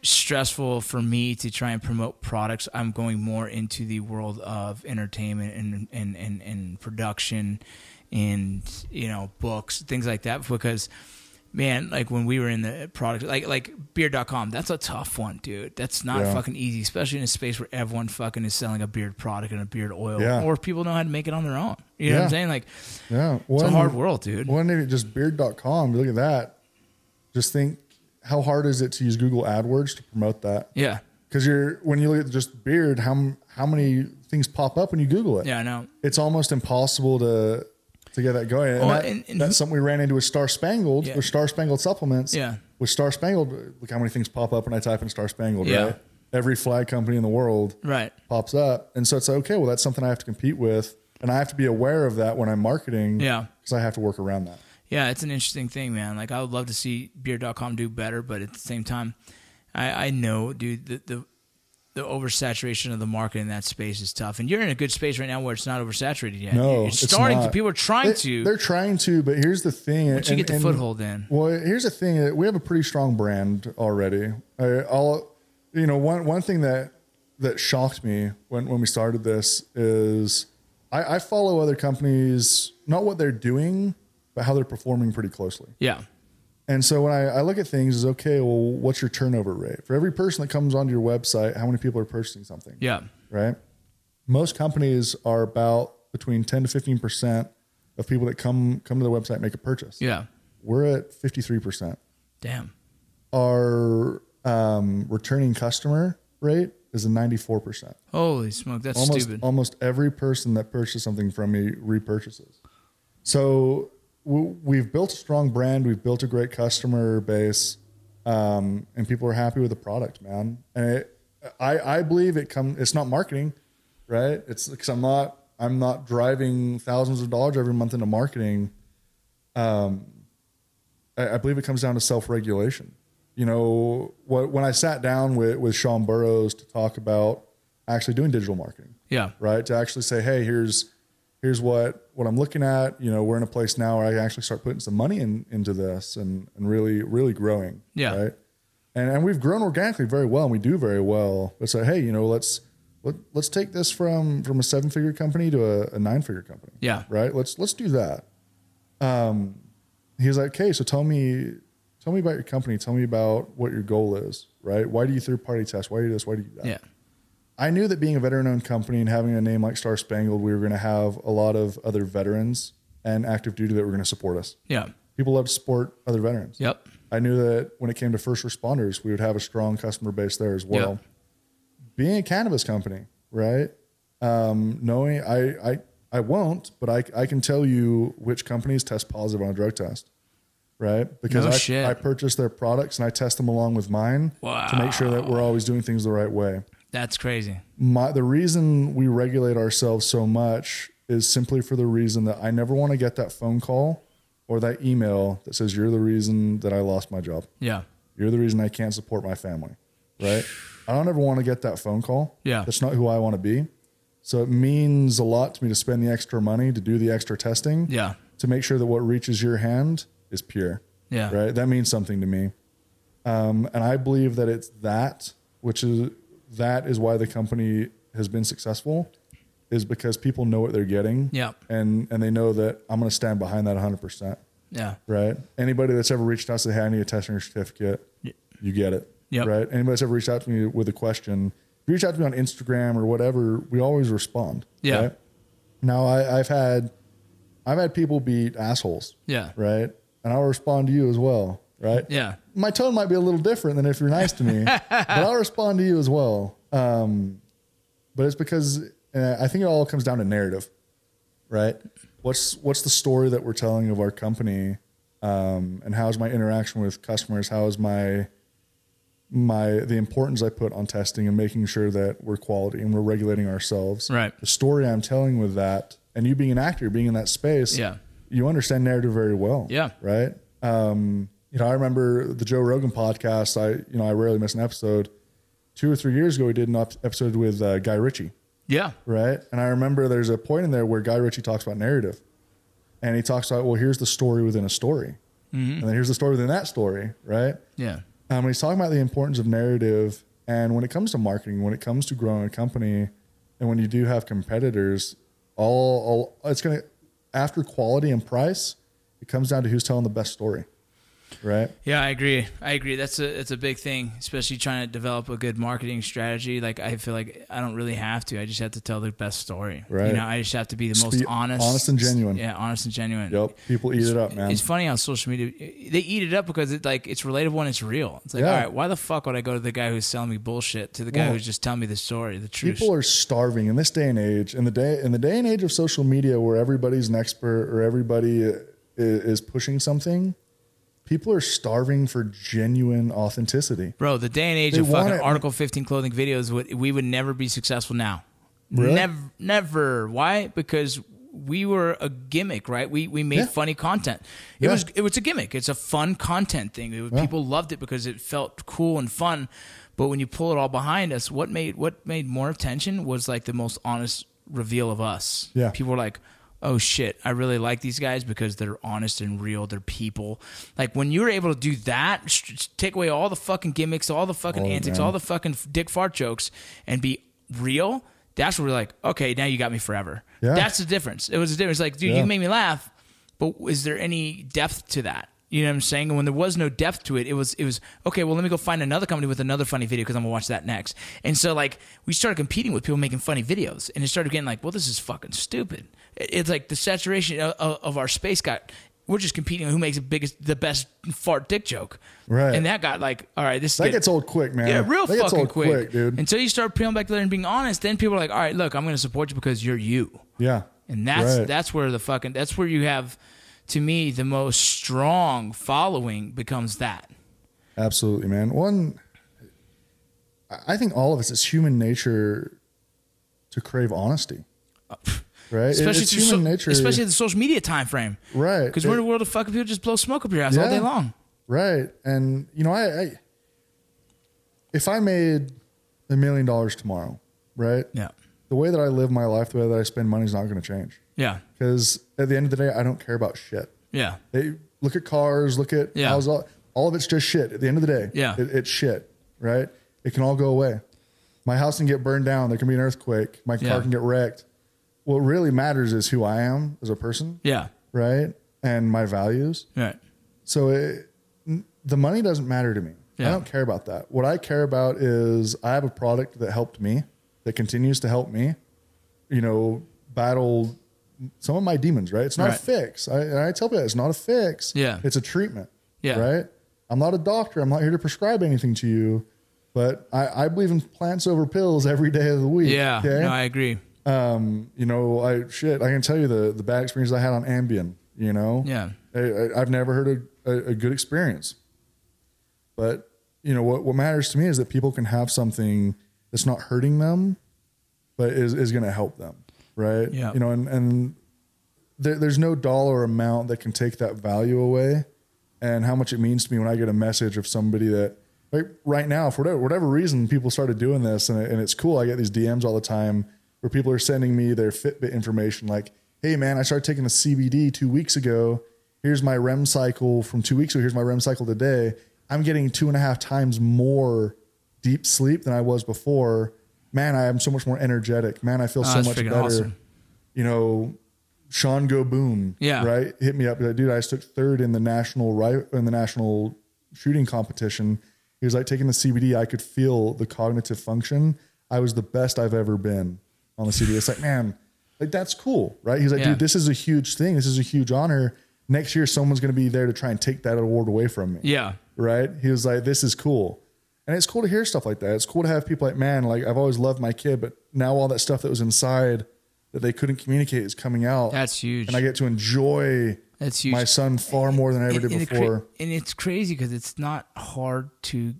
stressful for me to try and promote products. I'm going more into the world of entertainment and and and, and production and you know books things like that because man like when we were in the product like like beard.com that's a tough one dude that's not Yeah. fucking easy especially in a space where everyone fucking is selling a beard product and a beard oil Yeah. or people know how to make it on their own you know what Yeah. i'm saying like Yeah. it's One- a hard world dude One if it just beard.com, look at that. Just think how hard is it to use Google AdWords to promote that? Yeah. Because you're when you look at just beard, how m- how many things pop up when you Google it? Yeah, I know. it's almost impossible to to get that going. And Oh, that- and- and that's who- something we ran into with Star Spangled Yeah. with Star Spangled supplements. Yeah. With Star Spangled, look how many things pop up when I type in Star Spangled, Yeah. right? Every flag company in the world Right. pops up. And so it's like, okay, well, that's something I have to compete with. And I have to be aware of that when I'm marketing. Yeah. Because I have to work around that. Yeah, it's an interesting thing, man. Like I would love to see beer.com do better, but at the same time, I, I know, dude, the, the the oversaturation of the market in that space is tough. And you're in a good space right now where it's not oversaturated yet. No. You're it's starting to not. people are trying They- to They're trying to, but here's the thing. Once you get the foothold in. Well, here's the thing. We have a pretty strong brand already. I, I'll, you know, one one thing that that shocked me when when we started this is I, I follow other companies, not what they're doing, but how they're performing pretty closely. Yeah. And so when I, I look at things, is okay. Well, what's your turnover rate for every person that comes onto your website? How many people are purchasing something? Yeah. right? Most companies are about between 10 to 15 percent of people that come come to their website make a purchase. Yeah. We're at 53 percent. Damn. Our um, returning customer rate is a 94 percent. Holy smoke, that's Almost stupid. almost every person that purchased something from me repurchases. So w- we've built a strong brand. We've built a great customer base, um, and people are happy with the product, man. And it, I, I believe it come. It's not marketing, right? It's because I'm not I'm not driving thousands of dollars every month into marketing. Um, I, I believe it comes down to self regulation. You know, what, when I sat down with with Sean Burrows to talk about actually doing digital marketing, Yeah. right? To actually say, hey, here's here's what what I'm looking at. You know, we're in a place now where I can actually start putting some money in, into this and and really really growing. Yeah. Right. And and we've grown organically very well, and we do very well. But say, hey, you know, let's let, let's take this from from a seven figure company to a, a nine figure company. Yeah. Right. Let's let's do that. Um, he was like, okay, so tell me. Tell me about your company. Tell me about what your goal is, right? Why do you third party test? Why do you this? Why do you that? Yeah. I knew that being a veteran owned company and having a name like Star Spangled, we were going to have a lot of other veterans and active duty that were going to support us. Yeah. People love to support other veterans. Yep. I knew that when it came to first responders, we would have a strong customer base there as well. Yep. Being a cannabis company, right? Um, knowing I, I, I won't, but I, I can tell you which companies test positive on a drug test, right? Because No I, shit. I purchase their products and I test them along with mine to make sure that we're always doing things the right way That's crazy. my the reason we regulate ourselves so much is simply for the reason that I never want to get that phone call or that email that says you're the reason that I lost my job. Yeah. You're the reason I can't support my family. Right? I don't ever want to get that phone call. Yeah. That's not who I want to be. So it means a lot to me to spend the extra money to do the extra testing Yeah. to make sure that what reaches your hand is pure Yeah. right? That means something to me. Um, and I believe that it's that, which is that is why the company has been successful, is because people know what they're getting. Yeah. And and they know that I'm going to stand behind that 100. percent Yeah. Right. Anybody that's ever reached out to say, "Hey, I need a testing certificate," you get it. Yep. Right. Anybody that's ever reached out to me with a question, if you reach out to me on Instagram or whatever, we always respond. Yeah. Right? Now I, I've had, I've had people be assholes Yeah. right? And I'll respond to you as well, right? Yeah. My tone might be a little different than if you're nice to me, but I'll respond to you as well. Um, but it's because uh, I think it all comes down to narrative, right? What's what's the story that we're telling of our company, um, and how is my interaction with customers? How is my my the importance I put on testing and making sure that we're quality and we're regulating ourselves. Right. The story I'm telling with that, and you being an actor, being in that space, Yeah. you understand narrative very well. Yeah. Right. Um, you know, I remember the Joe Rogan podcast. I you know I rarely miss an episode. Two or three years ago, we did an op- episode with uh, Guy Ritchie Yeah. right? And I remember there's a point in there where Guy Ritchie talks about narrative, and he talks about well, here's the story within a story, and then here's the story within that story, right? Yeah. Um, when he's talking about the importance of narrative, and when it comes to marketing, when it comes to growing a company, and when you do have competitors, all, all it's gonna after quality and price, it comes down to who's telling the best story, right? Yeah, I agree. I agree. That's a that's a big thing, especially trying to develop a good marketing strategy. Like I feel like I don't really have to. I just have to tell the best story. You Right. know, I just have to be the Just most be honest, honest and genuine. Yeah, honest and genuine. Yep, people eat it up, man. It's funny on social media they eat it up because it like it's relatable and it's real. It's like, Yeah. all right, why the fuck would I go to the guy who's selling me bullshit to the guy Well, who's just telling me the story, the truth? people are starving in this day and age in the day in the day and age of social media where everybody's an expert or everybody i- is pushing something people are starving for genuine authenticity Bro, the day and age They of fucking want it. Article 15 clothing videos, would, we would never be successful now. Really? Never, never. Why? Because we were a gimmick, right? We we made Yeah. funny content. It Yeah. was it was a gimmick. It's a fun content thing. It was- People loved it because it felt cool and fun. But when you pull it all behind us, what made what made more attention was like the most honest reveal of us. Yeah. people were like. Oh shit, I really like these guys because they're honest and real. They're people. Like when you're able to do that, sh- sh- take away all the fucking gimmicks, all the fucking Oh, antics, man. all the fucking f- dick fart jokes, and be real. That's where we're like, okay, now you got me forever. Yeah. That's the difference. It was the difference. Like, dude, Yeah. you made me laugh, but is there any depth to that? You know what I'm saying? And when there was no depth to it, it was it was okay. Well, let me go find another company with another funny video because I'm gonna watch that next. And so like we started competing with people making funny videos, and it started getting like, well, this is fucking stupid. It- It's like the saturation of, of of our space got. We're just competing on who makes the biggest, the best fart dick joke, Right. And that got like, all right, this is that getting- gets old quick man yeah, real that gets fucking old quick. dude Until you start peeling back the layer and being honest, then people are like, "All right, look, I'm going to support you because you're you." yeah And that's Right. that's where the fucking that's where you have, to me, the most strong following becomes that. Absolutely, man. One, I- I think all of us, it's human nature to crave honesty, right? It- Especially it's through human so- nature, especially the social media time frame, right? Because we're in It- a world of fucking people just blow smoke up your ass all Yeah. day long. Right. And you know, I, I if I made a million dollars tomorrow, right? Yeah, the way that I live my life, the way that I spend money is not going to change. Yeah. Because at the end of the day, I don't care about shit. Yeah. They look at cars, look at Yeah. houses, all, all of it's just shit. At the end of the day, Yeah. it, it's shit, right? It can all go away. My house can get burned down. There can be an earthquake. My car Yeah. can get wrecked. What really matters is who I am as a person, Yeah. right? And my values. Right. So it, n- the money doesn't matter to me. Yeah. I don't care about that. What I care about is I have a product that helped me, that continues to help me, you know, battle some of my demons, right? It's not Right. a fix. I, and I tell people that it's not a fix. Yeah. It's a treatment. Yeah. Right. I'm not a doctor. I'm not here to prescribe anything to you, but I, I believe in plants over pills every day of the week. Yeah. okay? No, I agree. um, you know, I shit, I can tell you the the bad experience I had on Ambien. You know, Yeah. I, I, I've never heard a, a, a good experience. But you know what what matters to me is that people can have something that's not hurting them, but is is going to help them, right? Yeah. You know, and and there, there's no dollar amount that can take that value away, and how much it means to me when I get a message of somebody that. Like right now, for whatever, whatever reason, people started doing this, and, it, and it's cool. I get these DMs all the time where people are sending me their Fitbit information, like, "Hey, man, I started taking the CBD two weeks ago. Here's my REM cycle from two weeks ago. Here's my REM cycle today. I'm getting two and a half times more deep sleep than I was before. Man, I am so much more energetic. Man, I feel so Ah, that's much freaking better. awesome. You know, Sean Go Boom, Yeah. right? Hit me up, He's like, dude. I just took third in the national right in the national shooting competition. He was like taking the CBD. I could feel the cognitive function. I was the best I've ever been on the CBD. It's like, man, like that's cool, right? He's like, Yeah. dude, this is a huge thing. This is a huge honor. Next year, someone's going to be there to try and take that award away from me Yeah. right? He was like, "This is cool," and it's cool to hear stuff like that. It's cool to have people like, "Man, like I've always loved my kid, but now all that stuff that was inside that they couldn't communicate is coming out." That's huge. and I get to enjoy That's huge. my son far more than I ever did it cra- before. and it's crazy because it's not hard to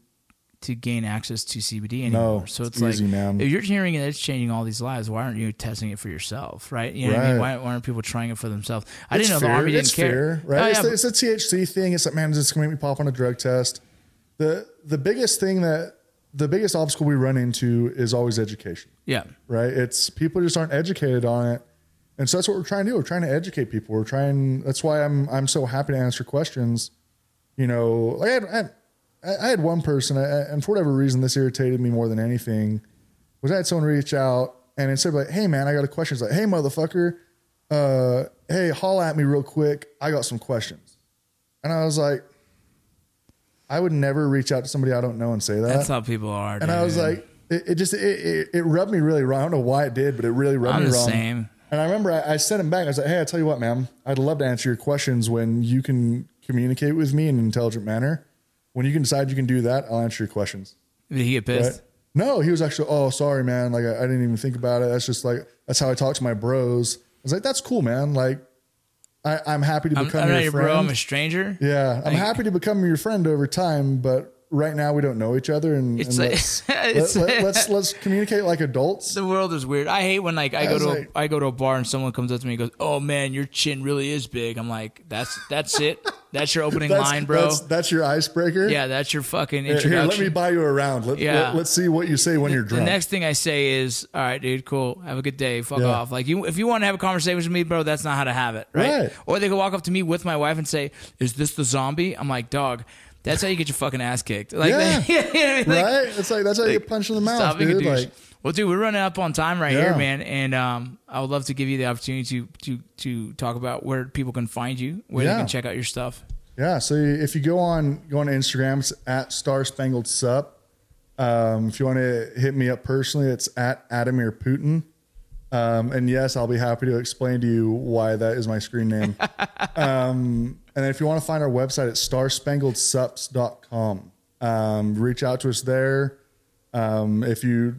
to gain access to CBD anymore. so it's, it's like easy, man. if you're hearing it, it's changing all these lives. Why aren't you testing it for yourself, right? You know what I mean? Right. Why, why aren't people trying it for themselves? I It's didn't know the fair. army didn't it's care, fair, right? Oh, it's, yeah, the, it's the THC thing. It's like, man, is this gonna make me pop on a drug test? The the biggest thing that the biggest obstacle we run into is always education. yeah, right? It's people just aren't educated on it, and so that's what we're trying to do. We're trying to educate people. We're trying. That's why I'm I'm so happy to answer questions. You know, like I had, I had, I had one person, I, I- and for whatever reason, this irritated me more than anything. Was I had someone reach out and instead of like, "Hey man, I got a question," it's like, "Hey motherfucker, uh, hey, haul at me real quick. I got some questions," and I was like. I would never reach out to somebody I don't know and say that. that's how people are. And I was dude. like, it, it just it, it, it rubbed me really wrong. I don't know why it did, but it really rubbed I'm me the wrong. same. And I remember I, I sent him back. I was like, hey, I tell you what, ma'am, I'd love to answer your questions when you can communicate with me in an intelligent manner. When you can decide you can do that, I'll answer your questions. did he get Right? pissed? No, he was actually, oh, sorry, man. Like I, I didn't even think about it. That's just like that's how I talk to my bros. I was like, that's cool, man. Like I, I'm happy to I'm, become I'm your not your friend. bro. I'm a stranger. yeah, I'm Like- happy to become your friend over time, but right now we don't know each other, and, It's and like- let's, it's- let, us let's communicate like adults. The world is weird. I hate when like I go it's to like- a, I go to a bar and someone comes up to me and goes, "Oh man, your chin really is big." I'm like, "That's that's it. That's your opening That's, line, bro." That's, that's your icebreaker. yeah, that's your fucking Here, introduction. Here, let me buy you around. Let, Yeah. let, us see what you say when you're The drunk. next thing I say is, "All right, dude, cool. Have a good day. Fuck Yeah. off." Like you, if you want to have a conversation with me, bro, that's not how to have it, right? Right. Or they could walk up to me with my wife and say, "Is this the zombie?" I'm like, "Dog, that's how you get your fucking ass kicked." Like, Yeah. you know what I mean? Like, right? It's like that's how you get punched in the mouth, Stop being a dude. douche. Like, well, dude, we're running up on time right here, Yeah. man, and um, I would love to give you the opportunity to to to talk about where people can find you, where they Yeah. can check out your stuff. yeah. So if you go on go on Instagram, it's at Star Spangled Sup. Um, if you want to hit me up personally, it's at Adamir Putin. Um, and yes, I'll be happy to explain to you why that is my screen name. um, and if you want to find our website, it's starspangledsups.com. Um, reach out to us there. Um, if you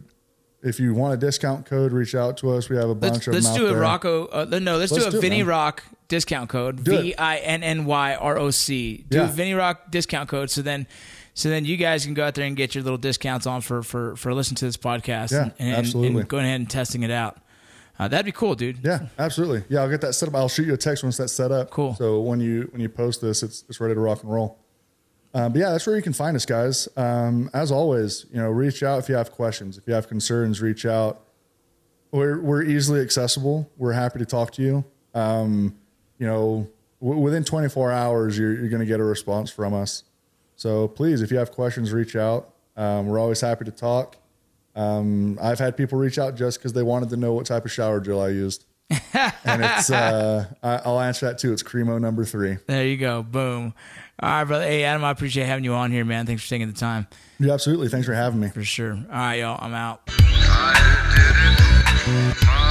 if you want a discount code, reach out to us. We have a bunch Let's, of let's them out do a there. Rocco. Uh, no, let's, Let's do a do it, Vinny man. Rock discount code. Do it. V i n n y r o c. Do a Yeah. Vinny Rock discount code. So then, so then you guys can go out there and get your little discounts on for for for listening to this podcast. Yeah, and, and, absolutely. And going ahead and testing it out. Uh, that'd be cool, dude. Yeah, absolutely. Yeah, I'll get that set up. I'll shoot you a text once that's set up. Cool. So when you when you post this, it's it's ready to rock and roll. Um, but yeah, that's where you can find us, guys. Um, as always, you know, reach out if you have questions, if you have concerns, reach out. we're, we're easily accessible. We're happy to talk to you. Um, you know, w- within 24 hours, you're, you're going to get a response from us. So please, if you have questions, reach out. Um, we're always happy to talk. Um, I've had people reach out just because they wanted to know what type of shower gel I used. and it's, uh, I- I'll answer that too. It's Cremo number three. There you go. Boom. All right, brother. Hey, Adam, I appreciate having you on here, man. Thanks for taking the time Yeah, absolutely. Thanks for having me. for sure. All right, y'all. I'm out. I did it. My